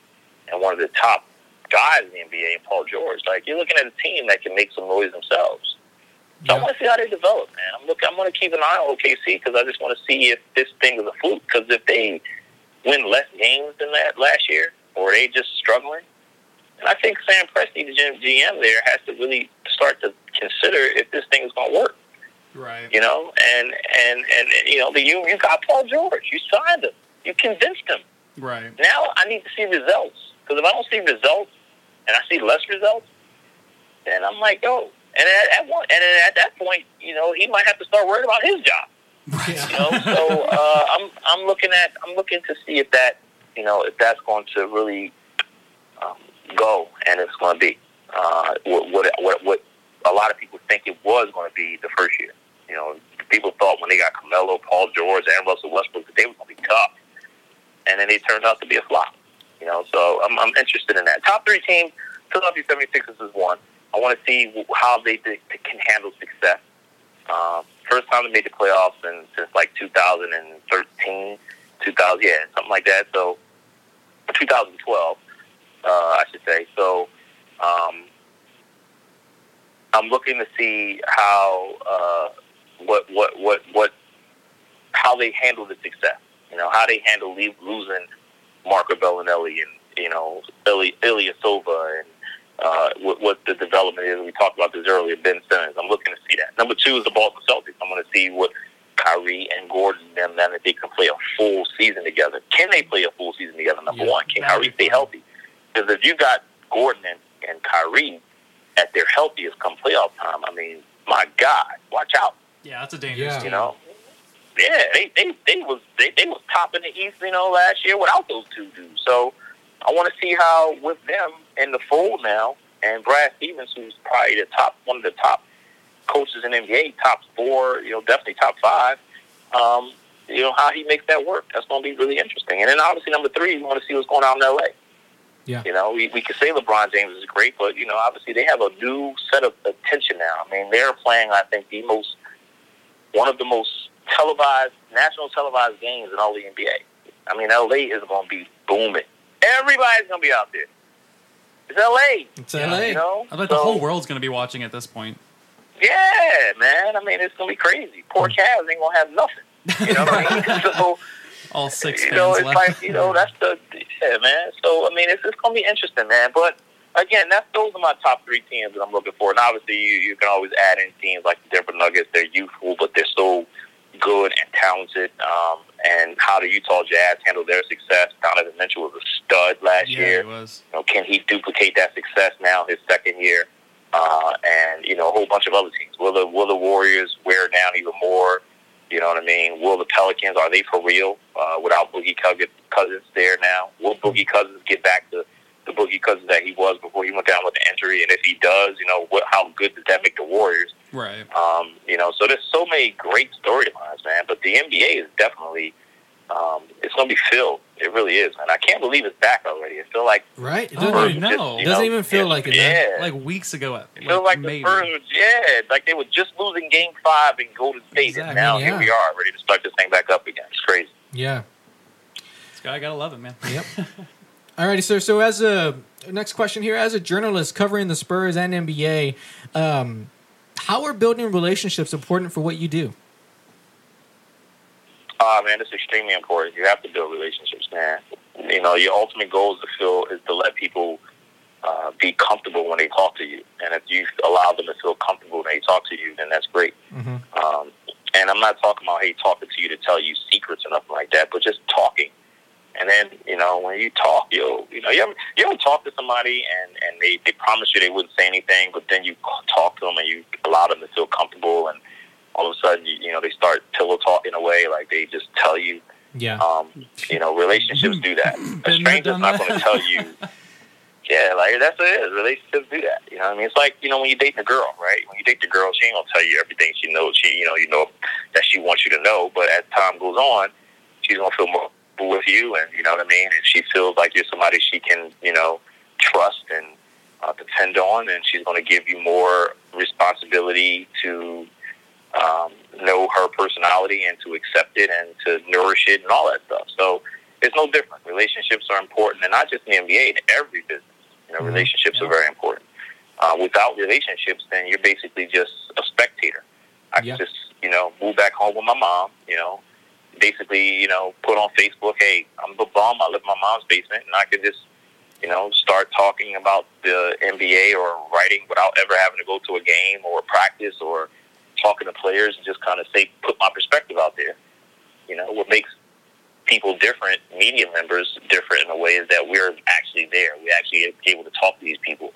and one of the top guys in the NBA, and Paul George. Like you're looking at a team that can make some noise themselves. So I Yeah. want to see how they develop, man. I'm look. I'm going to keep an eye on OKC because I just want to see if this thing is a fluke. Because if they win less games than that last year, or they just struggling, and I think Sam Presti, the GM GM there, has to really start to consider if this thing is going to work. Right. You know, and and and, and you know, the, you you got Paul George. You signed him. You convinced him Right. now I need to see results. Because if I don't see results and I see less results, then I'm like, yo. And at, at one, and then at that point, you know, he might have to start worrying about his job. You know, so uh, I'm I'm looking at I'm looking to see if that you know if that's going to really um, go and it's going to be uh, what, what what what a lot of people think it was going to be the first year. You know, people thought when they got Carmelo, Paul George, and Russell Westbrook that they were going to be tough and then they turned out to be a flop. You know, so I'm, I'm interested in that. Top three team, Philadelphia 76ers is one. I want to see wh- how they, th- can handle success. Um, first time they made the playoffs in, since like 2013, 2000, yeah, something like that. So, 2012, uh, I should say. So, um, I'm looking to see how uh, what what what what how they handle the success. You know, how they handle le- losing Marco Bellinelli and you know Ili- Ilya Silva and uh, what, what the development is. We talked about this earlier. Ben Simmons. I'm looking to see that. Number two is the Boston Celtics. I'm going to see what Kyrie and Gordon and them then if they can play a full season together. Can they play a full season together? Number Yeah, one, can that'd Kyrie be stay healthy? Because if you got Gordon and, and Kyrie at their healthiest come playoff time, I mean, my God, watch out. Yeah, that's a dangerous Yeah. team. You know, yeah, they they they was they, they was top in the East, you know, last year without those two dudes. So I want to see how with them in the fold now, and Brad Stevens, who's probably the top one of the top coaches in NBA, top four, you know, definitely top five. Um, you know how he makes that work. That's going to be really interesting. And then obviously number three, you want to see what's going on in LA. Yeah. You know, we, we could say LeBron James is great, but you know, obviously they have a new set of attention now. I mean, they're playing, I think, the most one of the most televised national televised games in all the NBA. I mean, LA is going to be booming. Everybody's going to be out there. It's LA, it's Yeah. LA. you know. I bet the So- whole world's going to be watching at this point. Mm. Yeah, man. I mean, it's going to be crazy. Poor Cavs ain't going to have nothing. You know what I mean? So All six you know, fans it's left. like you know that's the yeah, man. So I mean, it's it's gonna be interesting, man. But again, that's those are my top three teams that I'm looking for. And obviously, you you can always add in teams like the Denver Nuggets. They're youthful, but they're so good and talented. Um, and how the Utah Jazz handle their success? Donovan Mitchell was a stud last yeah, year it was. you know, can he duplicate that success now his second year? Uh, and you know, a whole bunch of other teams. Will the will the Warriors wear down even more? You know what I mean? Will the Pelicans are they for real uh, without Boogie Cous- Cousins there now? Will Boogie Cousins get back to the Boogie Cousins that he was before he went down with the injury? And if he does, you know, what, how good does that make the Warriors? Right. Um, you know, so there's so many great storylines, man. But the NBA is definitely um, it's going to be filled. It really is, man. I can't believe it's back already. It feel like Right? It Oh, doesn't- no. you Doesn't know, even feel like it, man. Yeah, Like weeks ago, at it feels like the maybe. Spurs, was- yeah, like they were just losing Game Five in Golden State, Exactly, and now yeah. here we are, ready to start this thing back up again. It's crazy. Yeah. I gotta love it, man. Yep. Alrighty, sir. So as a next question here, as a journalist covering the Spurs and NBA, um, how are building relationships important for what you do? Ah, man, it's extremely important. You have to build relationships, man. You know, your ultimate goal is to feel is to let people uh, be comfortable when they talk to you, and if you allow them to feel comfortable when they talk to you, then that's great. Mhm. Um, and I'm not talking about hey talking to you to tell you secrets or nothing like that, but just talking. And then you know when you talk, you you know you ever, you ever talk to somebody and and they they promise you they wouldn't say anything, but then you talk to them and you allow them to feel comfortable, and all of a sudden you, you know they start pillow talk in a way like they just tell you Yeah. um, you know, relationships do that. A there, stranger's done not that. going to tell you. Yeah, like that's what it is. Relationships do that. You know what I mean? It's like, you know, when you date a girl, right? When you date the girl, she ain't gonna tell you everything she knows. She you know, you know that she wants you to know, but as time goes on, she's gonna feel more comfortable with you and you know what I mean? And she feels like you're somebody she can, you know, trust and uh, depend on and she's gonna give you more responsibility to um, know her personality and to accept it and to nourish it and all that stuff. So it's no different. Relationships are important, and not just in the NBA, in every business. You know, Mhm. relationships are very important. Uh, without relationships, then you're basically just a spectator. I Yeah. can just, you know, move back home with my mom, you know, basically, you know, put on Facebook, hey, I'm the bum. I live in my mom's basement, and I could just, you know, start talking about the NBA or writing without ever having to go to a game or practice or talking to players and just kind of say, put my perspective out there. You know, what makes people different, media members different in a way, is that we're actually there. We're actually able to talk to these people.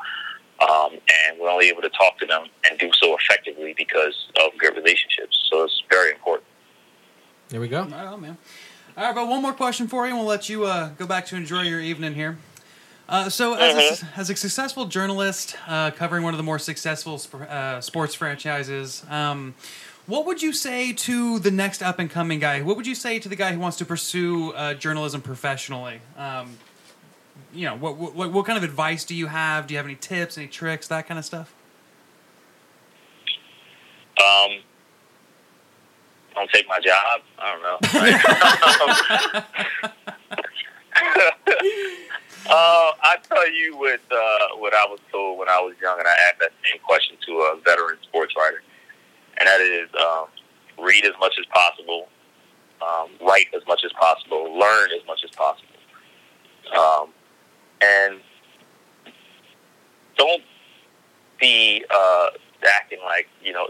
Um, and we're only able to talk to them and do so effectively because of good relationships. So it's very important. There we go. Right on, man. All right, but one more question for you, and we'll let you uh, go back to enjoy your evening here. Uh, so, as, Mm-hmm. a, as a successful journalist uh, covering one of the more successful sp- uh, sports franchises, um, what would you say to the next up and coming guy? What would you say to the guy who wants to pursue uh, journalism professionally? Um, you know, what, what what kind of advice do you have? Do you have any tips, any tricks, that kind of stuff? Um, don't take my job. I don't know. uh, I tell you what uh, what I was told when I was young, and I asked that same question to a veteran sports writer, and that is um, read as much as possible, um, write as much as possible, learn as much as possible, um, and don't be uh, acting like you know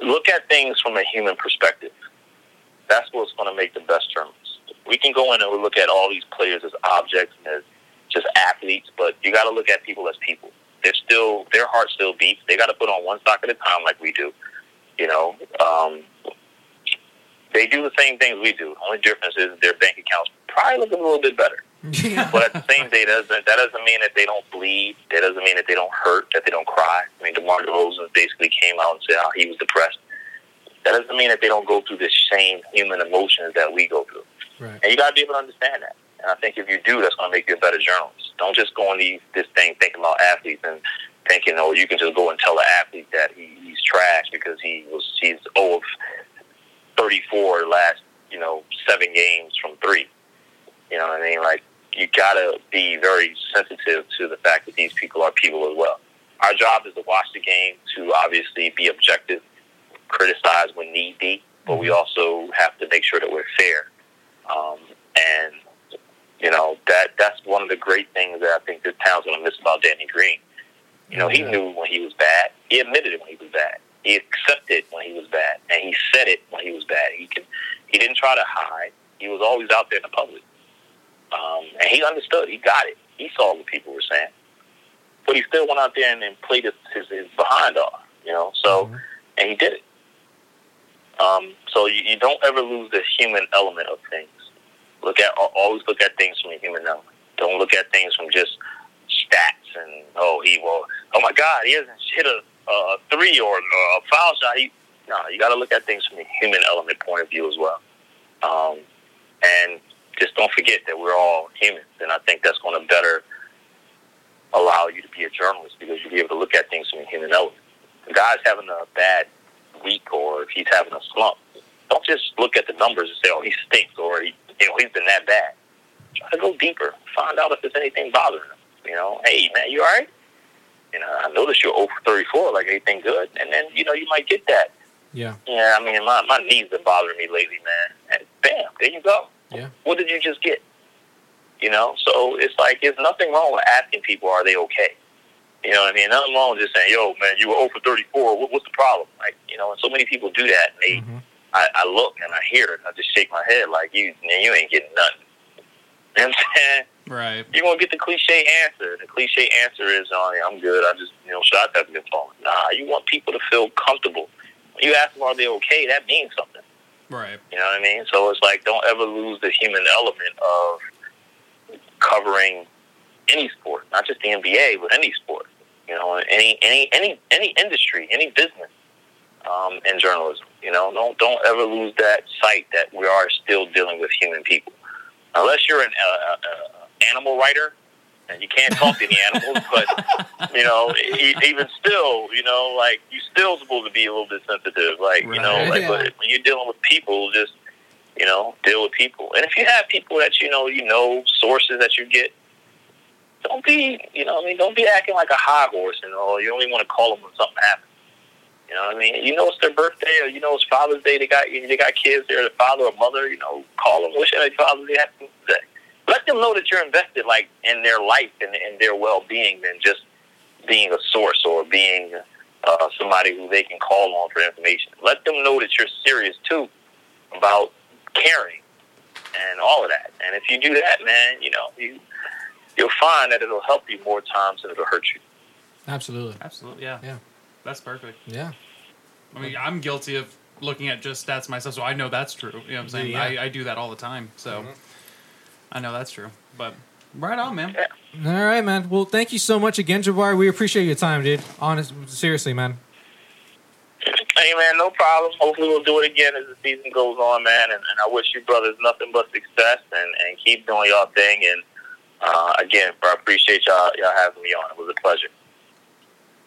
look at things from a human perspective. That's what's going to make the best tournaments. We can go in and we look at all these players as objects and as just athletes, but you got to look at people as people. They're still their heart still beats. They got to put on one sock at a time, like we do. You know, um, they do the same things we do. Only difference is their bank accounts probably look a little bit better but at the same day, that doesn't that doesn't mean that they don't bleed. That doesn't mean that they don't hurt. That they don't cry. I mean, DeMar DeRozan basically came out and said how he was depressed. That doesn't mean that they don't go through the same human emotions that we go through. Right. And you got to be able to understand that. And I think if you do, that's going to make you a better journalist. Don't just go on these, this thing thinking about athletes and thinking, oh, you can just go and tell an athlete that he, he's trash because he was he's 0 of 34 last you know seven games from three. You know what I mean? Like you gotta be very sensitive to the fact that these people are people as well. Our job is to watch the game, to obviously be objective, criticize when need be, but we also have to make sure that we're fair. Um, and you know that that's one of the great things that I think this town's going to miss about Danny Green. You know, he knew when he was bad. He admitted it when he was bad. He accepted when he was bad, and he said it when he was bad. He could, he didn't try to hide. He was always out there in the public, um, and he understood. He got it. He saw what people were saying, but he still went out there and, and played his, his, his behind off. You know, so and he did it. Um, so you, you don't ever lose the human element of things. Look at al- always look at things from a human element. Don't look at things from just stats and oh he will oh my god he hasn't hit a, a three or, or a foul shot. He, no, you got to look at things from a human element point of view as well. Um, and just don't forget that we're all humans, and I think that's going to better allow you to be a journalist because you'll be able to look at things from a human element. The guy's having a bad week or if he's having a slump, don't just look at the numbers and say, "Oh, he stinks," or he, you know, he's been that bad. Try to go deeper. Find out if there's anything bothering him. You know, hey man, you all right? You know, I noticed you're 0 for 34. Like anything good? And then you know, you might get that. Yeah. Yeah, I mean, my my knees been bothering me lately, man. And bam, there you go. Yeah. What did you just get? You know, so it's like there's nothing wrong with asking people, are they okay? You know what I mean? Nothing wrong with just saying, yo, man, you were 0 for 34. What, what's the problem? Like, you know, and so many people do that. And they, I, I look and I hear it. And I just shake my head like, you, man, you ain't getting nothing. You know what I'm saying? Right. You're going to get the cliche answer. The cliche answer is, oh, yeah, I'm good. I just, you know, shots haven't been falling. Nah, you want people to feel comfortable. When you ask them, are they okay? That means something. Right. You know what I mean? So it's like don't ever lose the human element of covering any sport, not just the NBA, but any sport. You know, any any any any industry, any business, um, in journalism. You know, don't don't ever lose that sight that we are still dealing with human people. Unless you're an uh, uh, animal writer, and you can't talk to any animals, but you know, e- even still, you know, like you still supposed to be a little bit sensitive, like you know, Right. like Yeah. but when you're dealing with people, just you know, deal with people. And if you have people that you know, you know, sources that you get, don't be, you know, what I mean, don't be acting like a high horse and all. You only want to call them when something happens. You know what I mean? You know it's their birthday, or you know it's Father's Day. They got they got kids. They're a father or mother. You know, call them. Wish them a Father's Day. Happy Day. Let them know that you're invested, like in their life and in their well being, than just being a source or being uh, somebody who they can call on for information. Let them know that you're serious too about caring and all of that. And if you do that, man, you know you you'll find that it'll help you more times than it'll hurt you. Absolutely. Absolutely. Yeah. Yeah. That's perfect. Yeah. I mean, I'm guilty of looking at just stats myself, so I know that's true. You know what I'm saying? Yeah. I, I do that all the time, so I know that's true. But right on, man. All right, man. Well, thank you so much again, Jabari. We appreciate your time, dude. Honest, seriously, man. Hey man, no problem. Hopefully we'll do it again as the season goes on, man. And, and I wish you brothers nothing but success and, and keep doing y'all thing. And uh, again, bro, I appreciate y'all y'all having me on. It was a pleasure.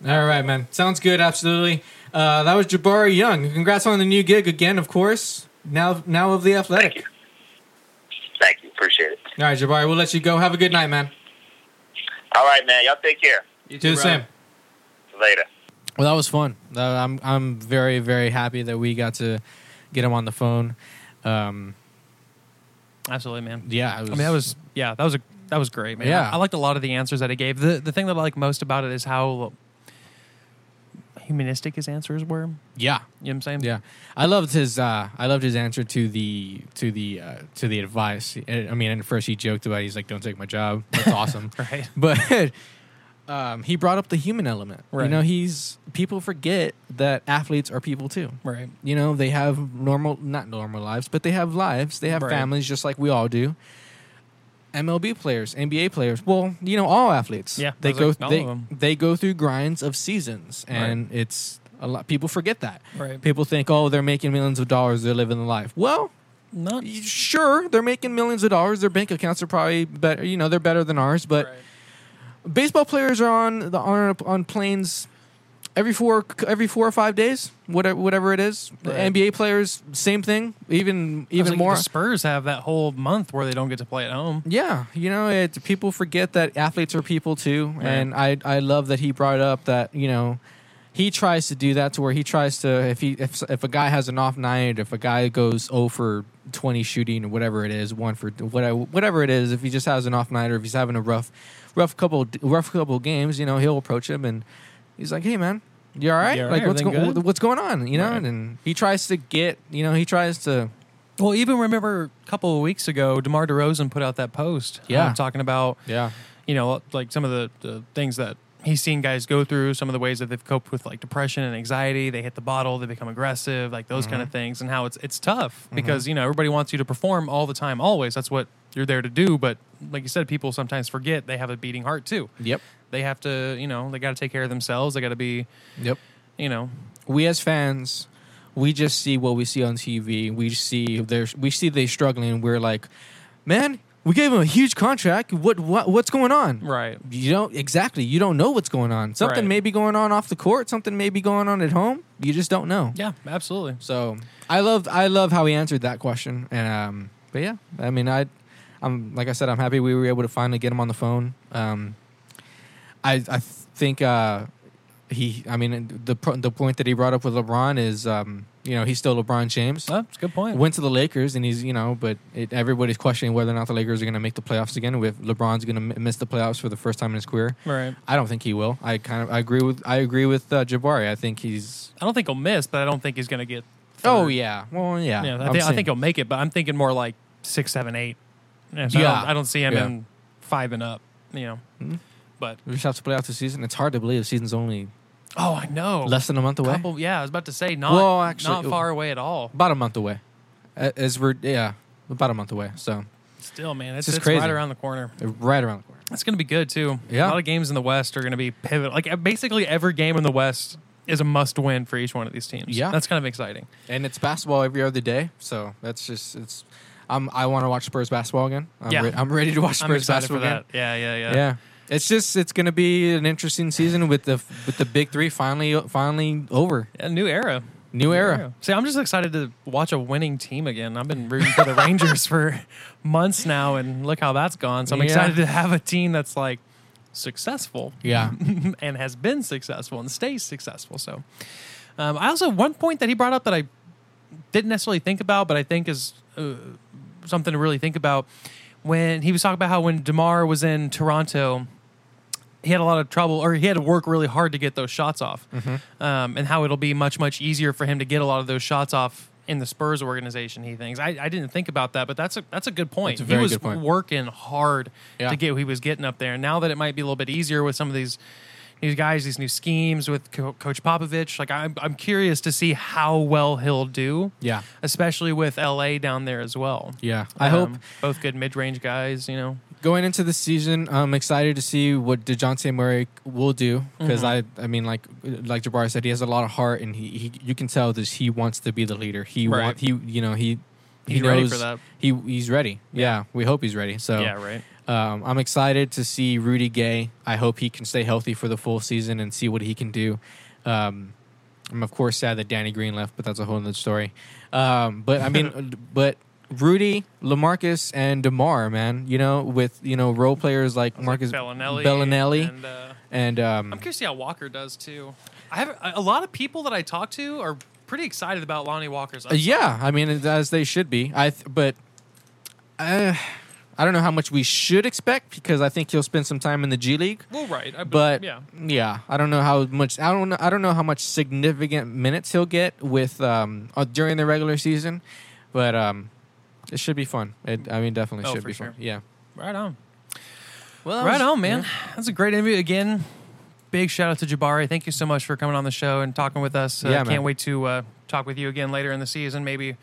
All right, man. Sounds good. Absolutely. Uh, that was Jabari Young. Congrats on the new gig again, of course. Now, now of the Athletic. Thank Thank you. Appreciate it. All right, Jabari. We'll let you go. Have a good night, man. All right, man. Y'all take care. You Do the bro. same. Later. Well, that was fun. Uh, I'm I'm very very happy that we got to get him on the phone. Um, Absolutely, man. yeah, it I mean, that was yeah, that was a that was great, man. Yeah. I, I liked a lot of the answers that he gave. The the thing that I like most about it is how humanistic his answers were. You know yeah what I'm saying? yeah. I loved his uh, I loved his answer to the to the uh, to the advice. I I mean, at first he joked about it. he's like, "Don't take my job." That's awesome, Right. But um, he brought up the human element. You Right. know, he's people forget that athletes are people too. Right. You know, they have normal, not normal lives, but they have lives. They have Right. families just like we all do. MLB players, NBA players, well, you know, all athletes. Yeah, they those go are- all they, of 'em. they go through grinds of seasons, and it's a lot. People forget that. Right. People think, oh, they're making millions of dollars, they're living the life. Well, Not y- sure, they're making millions of dollars. Their bank accounts are probably better. You know, they're better than ours, but baseball players are on the on on planes every four every four or five days, whatever whatever it is. The Right. NBA players, same thing, even I was even like, more. The Spurs have that whole month where they don't get to play at home. Yeah, you know, it, people forget that athletes are people too, and I I love that he brought up that you know he tries to do that to where he tries to if he if if a guy has an off night, if a guy goes 0 for 20 shooting or whatever it is, one for whatever whatever it is, if he just has an off night or if he's having a rough rough couple rough couple games, you know, he'll approach him and he's like, "Hey man, you all right? You all like right? what's Everything going good?" what's going on?" You know, Right. and he tries to get, you know, he tries to Well, even remember a couple of weeks ago, DeMar DeRozan put out that post. Yeah. um, talking about yeah. you know, like some of the, the things that he's seen guys go through, some of the ways that they've coped with like depression and anxiety. They hit the bottle, they become aggressive, like those Mm-hmm. kind of things, and how it's it's tough because you know everybody wants you to perform all the time, always. That's what you're there to do. But like you said, people sometimes forget they have a beating heart too. Yep. They have to, you know, they got to take care of themselves. They got to be, Yep. you know, we as fans we just see what we see on TV. We see there's we see they struggling. and We're like, man, we gave him a huge contract. What what what's going on? right. You don't exactly. You don't know what's going on. Something Right. may be going on off the court. Something may be going on at home. You just don't know. Yeah, absolutely. So I love I love how he answered that question. And um, but yeah, I mean I, I'm like I said, I'm happy we were able to finally get him on the phone. Um, I I think uh, he I mean the pro- the point that he brought up with LeBron is um, you know he's still LeBron James. Oh, that's a good point. Went to the Lakers, and he's you know, but it, everybody's questioning whether or not the Lakers are going to make the playoffs again. With LeBron's going to miss the playoffs for the first time in his career, Right. I don't think he will. I kind of I agree with I agree with uh, Jabari. I think he's I don't think he'll miss, but I don't think he's going to get. oh third. yeah, well yeah. Yeah, I, I'm think, I saying- think he'll make it, but I'm thinking more like six, seven, eight. Yeah, so I don't- I, Yeah. don't, see him Yeah. Hmm? in five and up. You know, but We just have to play out the season. It's hard to believe the season's only oh, I know. less than a month away. couple. Yeah, I was about to say not Well, actually- not far away at all. About a month away. A- As we're yeah, about a month away. So Still, man, it's, This is it's crazy. right around the corner. right around the corner. It's going to be good too. Yeah. a lot of games in the West are going to be pivotal. Like basically every game in the West is a must win for each one of these teams. Yeah. that's kind of exciting. And it's basketball every other day. So that's just it's. I'm, I want to watch Spurs basketball again. I'm, Yeah. re- I'm ready to watch I'm Spurs excited basketball for that. again. Yeah, yeah, yeah, Yeah. It's just it's gonna be an interesting season with the with the big three finally finally over A new era. new era. See, I'm just excited to watch a winning team again. I've been rooting for the Rangers for months now, and look how that's gone. So I'm Yeah. excited to have a team that's like successful Yeah, and has been successful and stays successful. So um, I also one point that he brought up that I didn't necessarily think about, but I think is uh, something to really think about when he was talking about how when Demar was in Toronto. He had a lot of trouble, or he had to work really hard to get those shots off, Mm-hmm. um, and how it'll be much, much easier for him to get a lot of those shots off in the Spurs organization. He thinks I, I didn't think about that, but that's a that's a good point. That's a very he was good point. working hard Yeah. to get who he was getting up there. And now that it might be a little bit easier with some of these new guys, these new schemes with Co- Coach Popovich, like I'm, I'm curious to see how well he'll do. Yeah. Especially with LA down there as well. yeah. I Um, hope both good mid range guys, you know. going into the season, I'm excited to see what Dejounte Murray will do because Mm-hmm. I, I mean, like like Jabari said, he has a lot of heart, and he, he you can tell this he wants to be the leader. He Right. want he you know he he He's knows ready for that. he he's ready. Yeah. we hope he's ready. So Yeah, right. Um, I'm excited to see Rudy Gay. I hope he can stay healthy for the full season and see what he can do. Um, I'm of course sad that Danny Green left, but that's a whole other story. Um, but I mean, but Rudy, Lamarcus, and Demar, man, you know, with you know role players like Marcus Bellinelli. Bellinelli, And, uh, and, I'm um, curious to see how Walker does too. I have a lot of people that I talk to are pretty excited about Lonnie Walker's. upside. Uh, yeah, I mean, as they should be. I th- but uh, I don't know how much we should expect because I think he'll spend some time in the G League. Well, right. I, But yeah. yeah. I don't know how much I don't know, I don't know how much significant minutes he'll get with um uh, during the regular season, but um it should be fun. It, I mean, definitely Oh, should for be sure. fun. Yeah. Right on. Well, right on, man. That's a great interview again. Big shout out to Jabari. Thank you so much for coming on the show and talking with us. Uh, Yeah, can't man. wait to uh, talk with you again later in the season. Maybe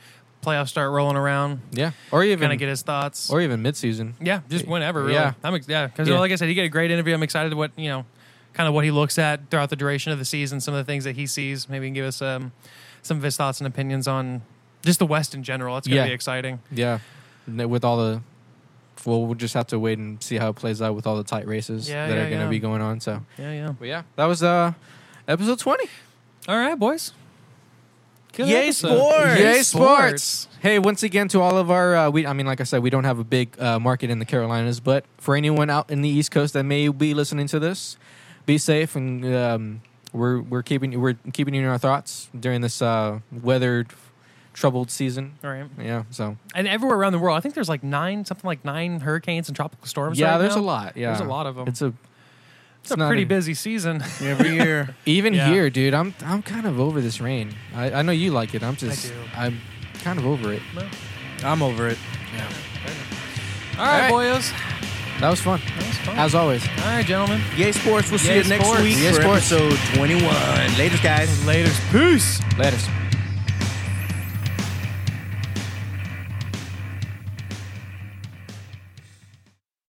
playoffs start rolling around. Yeah. Or even Kind of get his thoughts. or even midseason. yeah, just whenever. Really. Yeah. I'm ex- yeah. Because Yeah. like I said, he get a great interview. I'm excited what you know, kind of what he looks at throughout the duration of the season. Some of the things that he sees. Maybe he can give us um, some of his thoughts and opinions on just the West in general. That's gonna Yeah. be exciting. Yeah. N- With all the well, we'll just have to wait and see how it plays out with all the tight races Yeah, that yeah, are going to yeah. be going on. So, Yeah, yeah. but yeah, that was uh episode twenty. All right, boys. Good Yay, episode. sports! Yay, sports! Hey, once again to all of our, uh, we, I mean, like I said, we don't have a big uh, market in the Carolinas, but for anyone out in the East Coast that may be listening to this, be safe and um, We're we're keeping we're keeping you in our thoughts during this uh, weathered, troubled season. All right. Yeah. So And everywhere around the world, I think there's like nine, something like nine hurricanes and tropical storms. yeah, right there's now. a lot. Yeah, There's a lot of them. It's, It's a a not pretty a- busy season. every year. even Yeah. here, dude. I'm I'm kind of over this rain. I, I know you like it. I'm just do. I'm kind of over it. I'm over it. All right, All boyos. That was fun. Oh. As always. All right, gentlemen. Yay Sports. We'll see Yay you next Sports. week Yay for Sports. episode 21. Later, guys. Later. Peace. Later.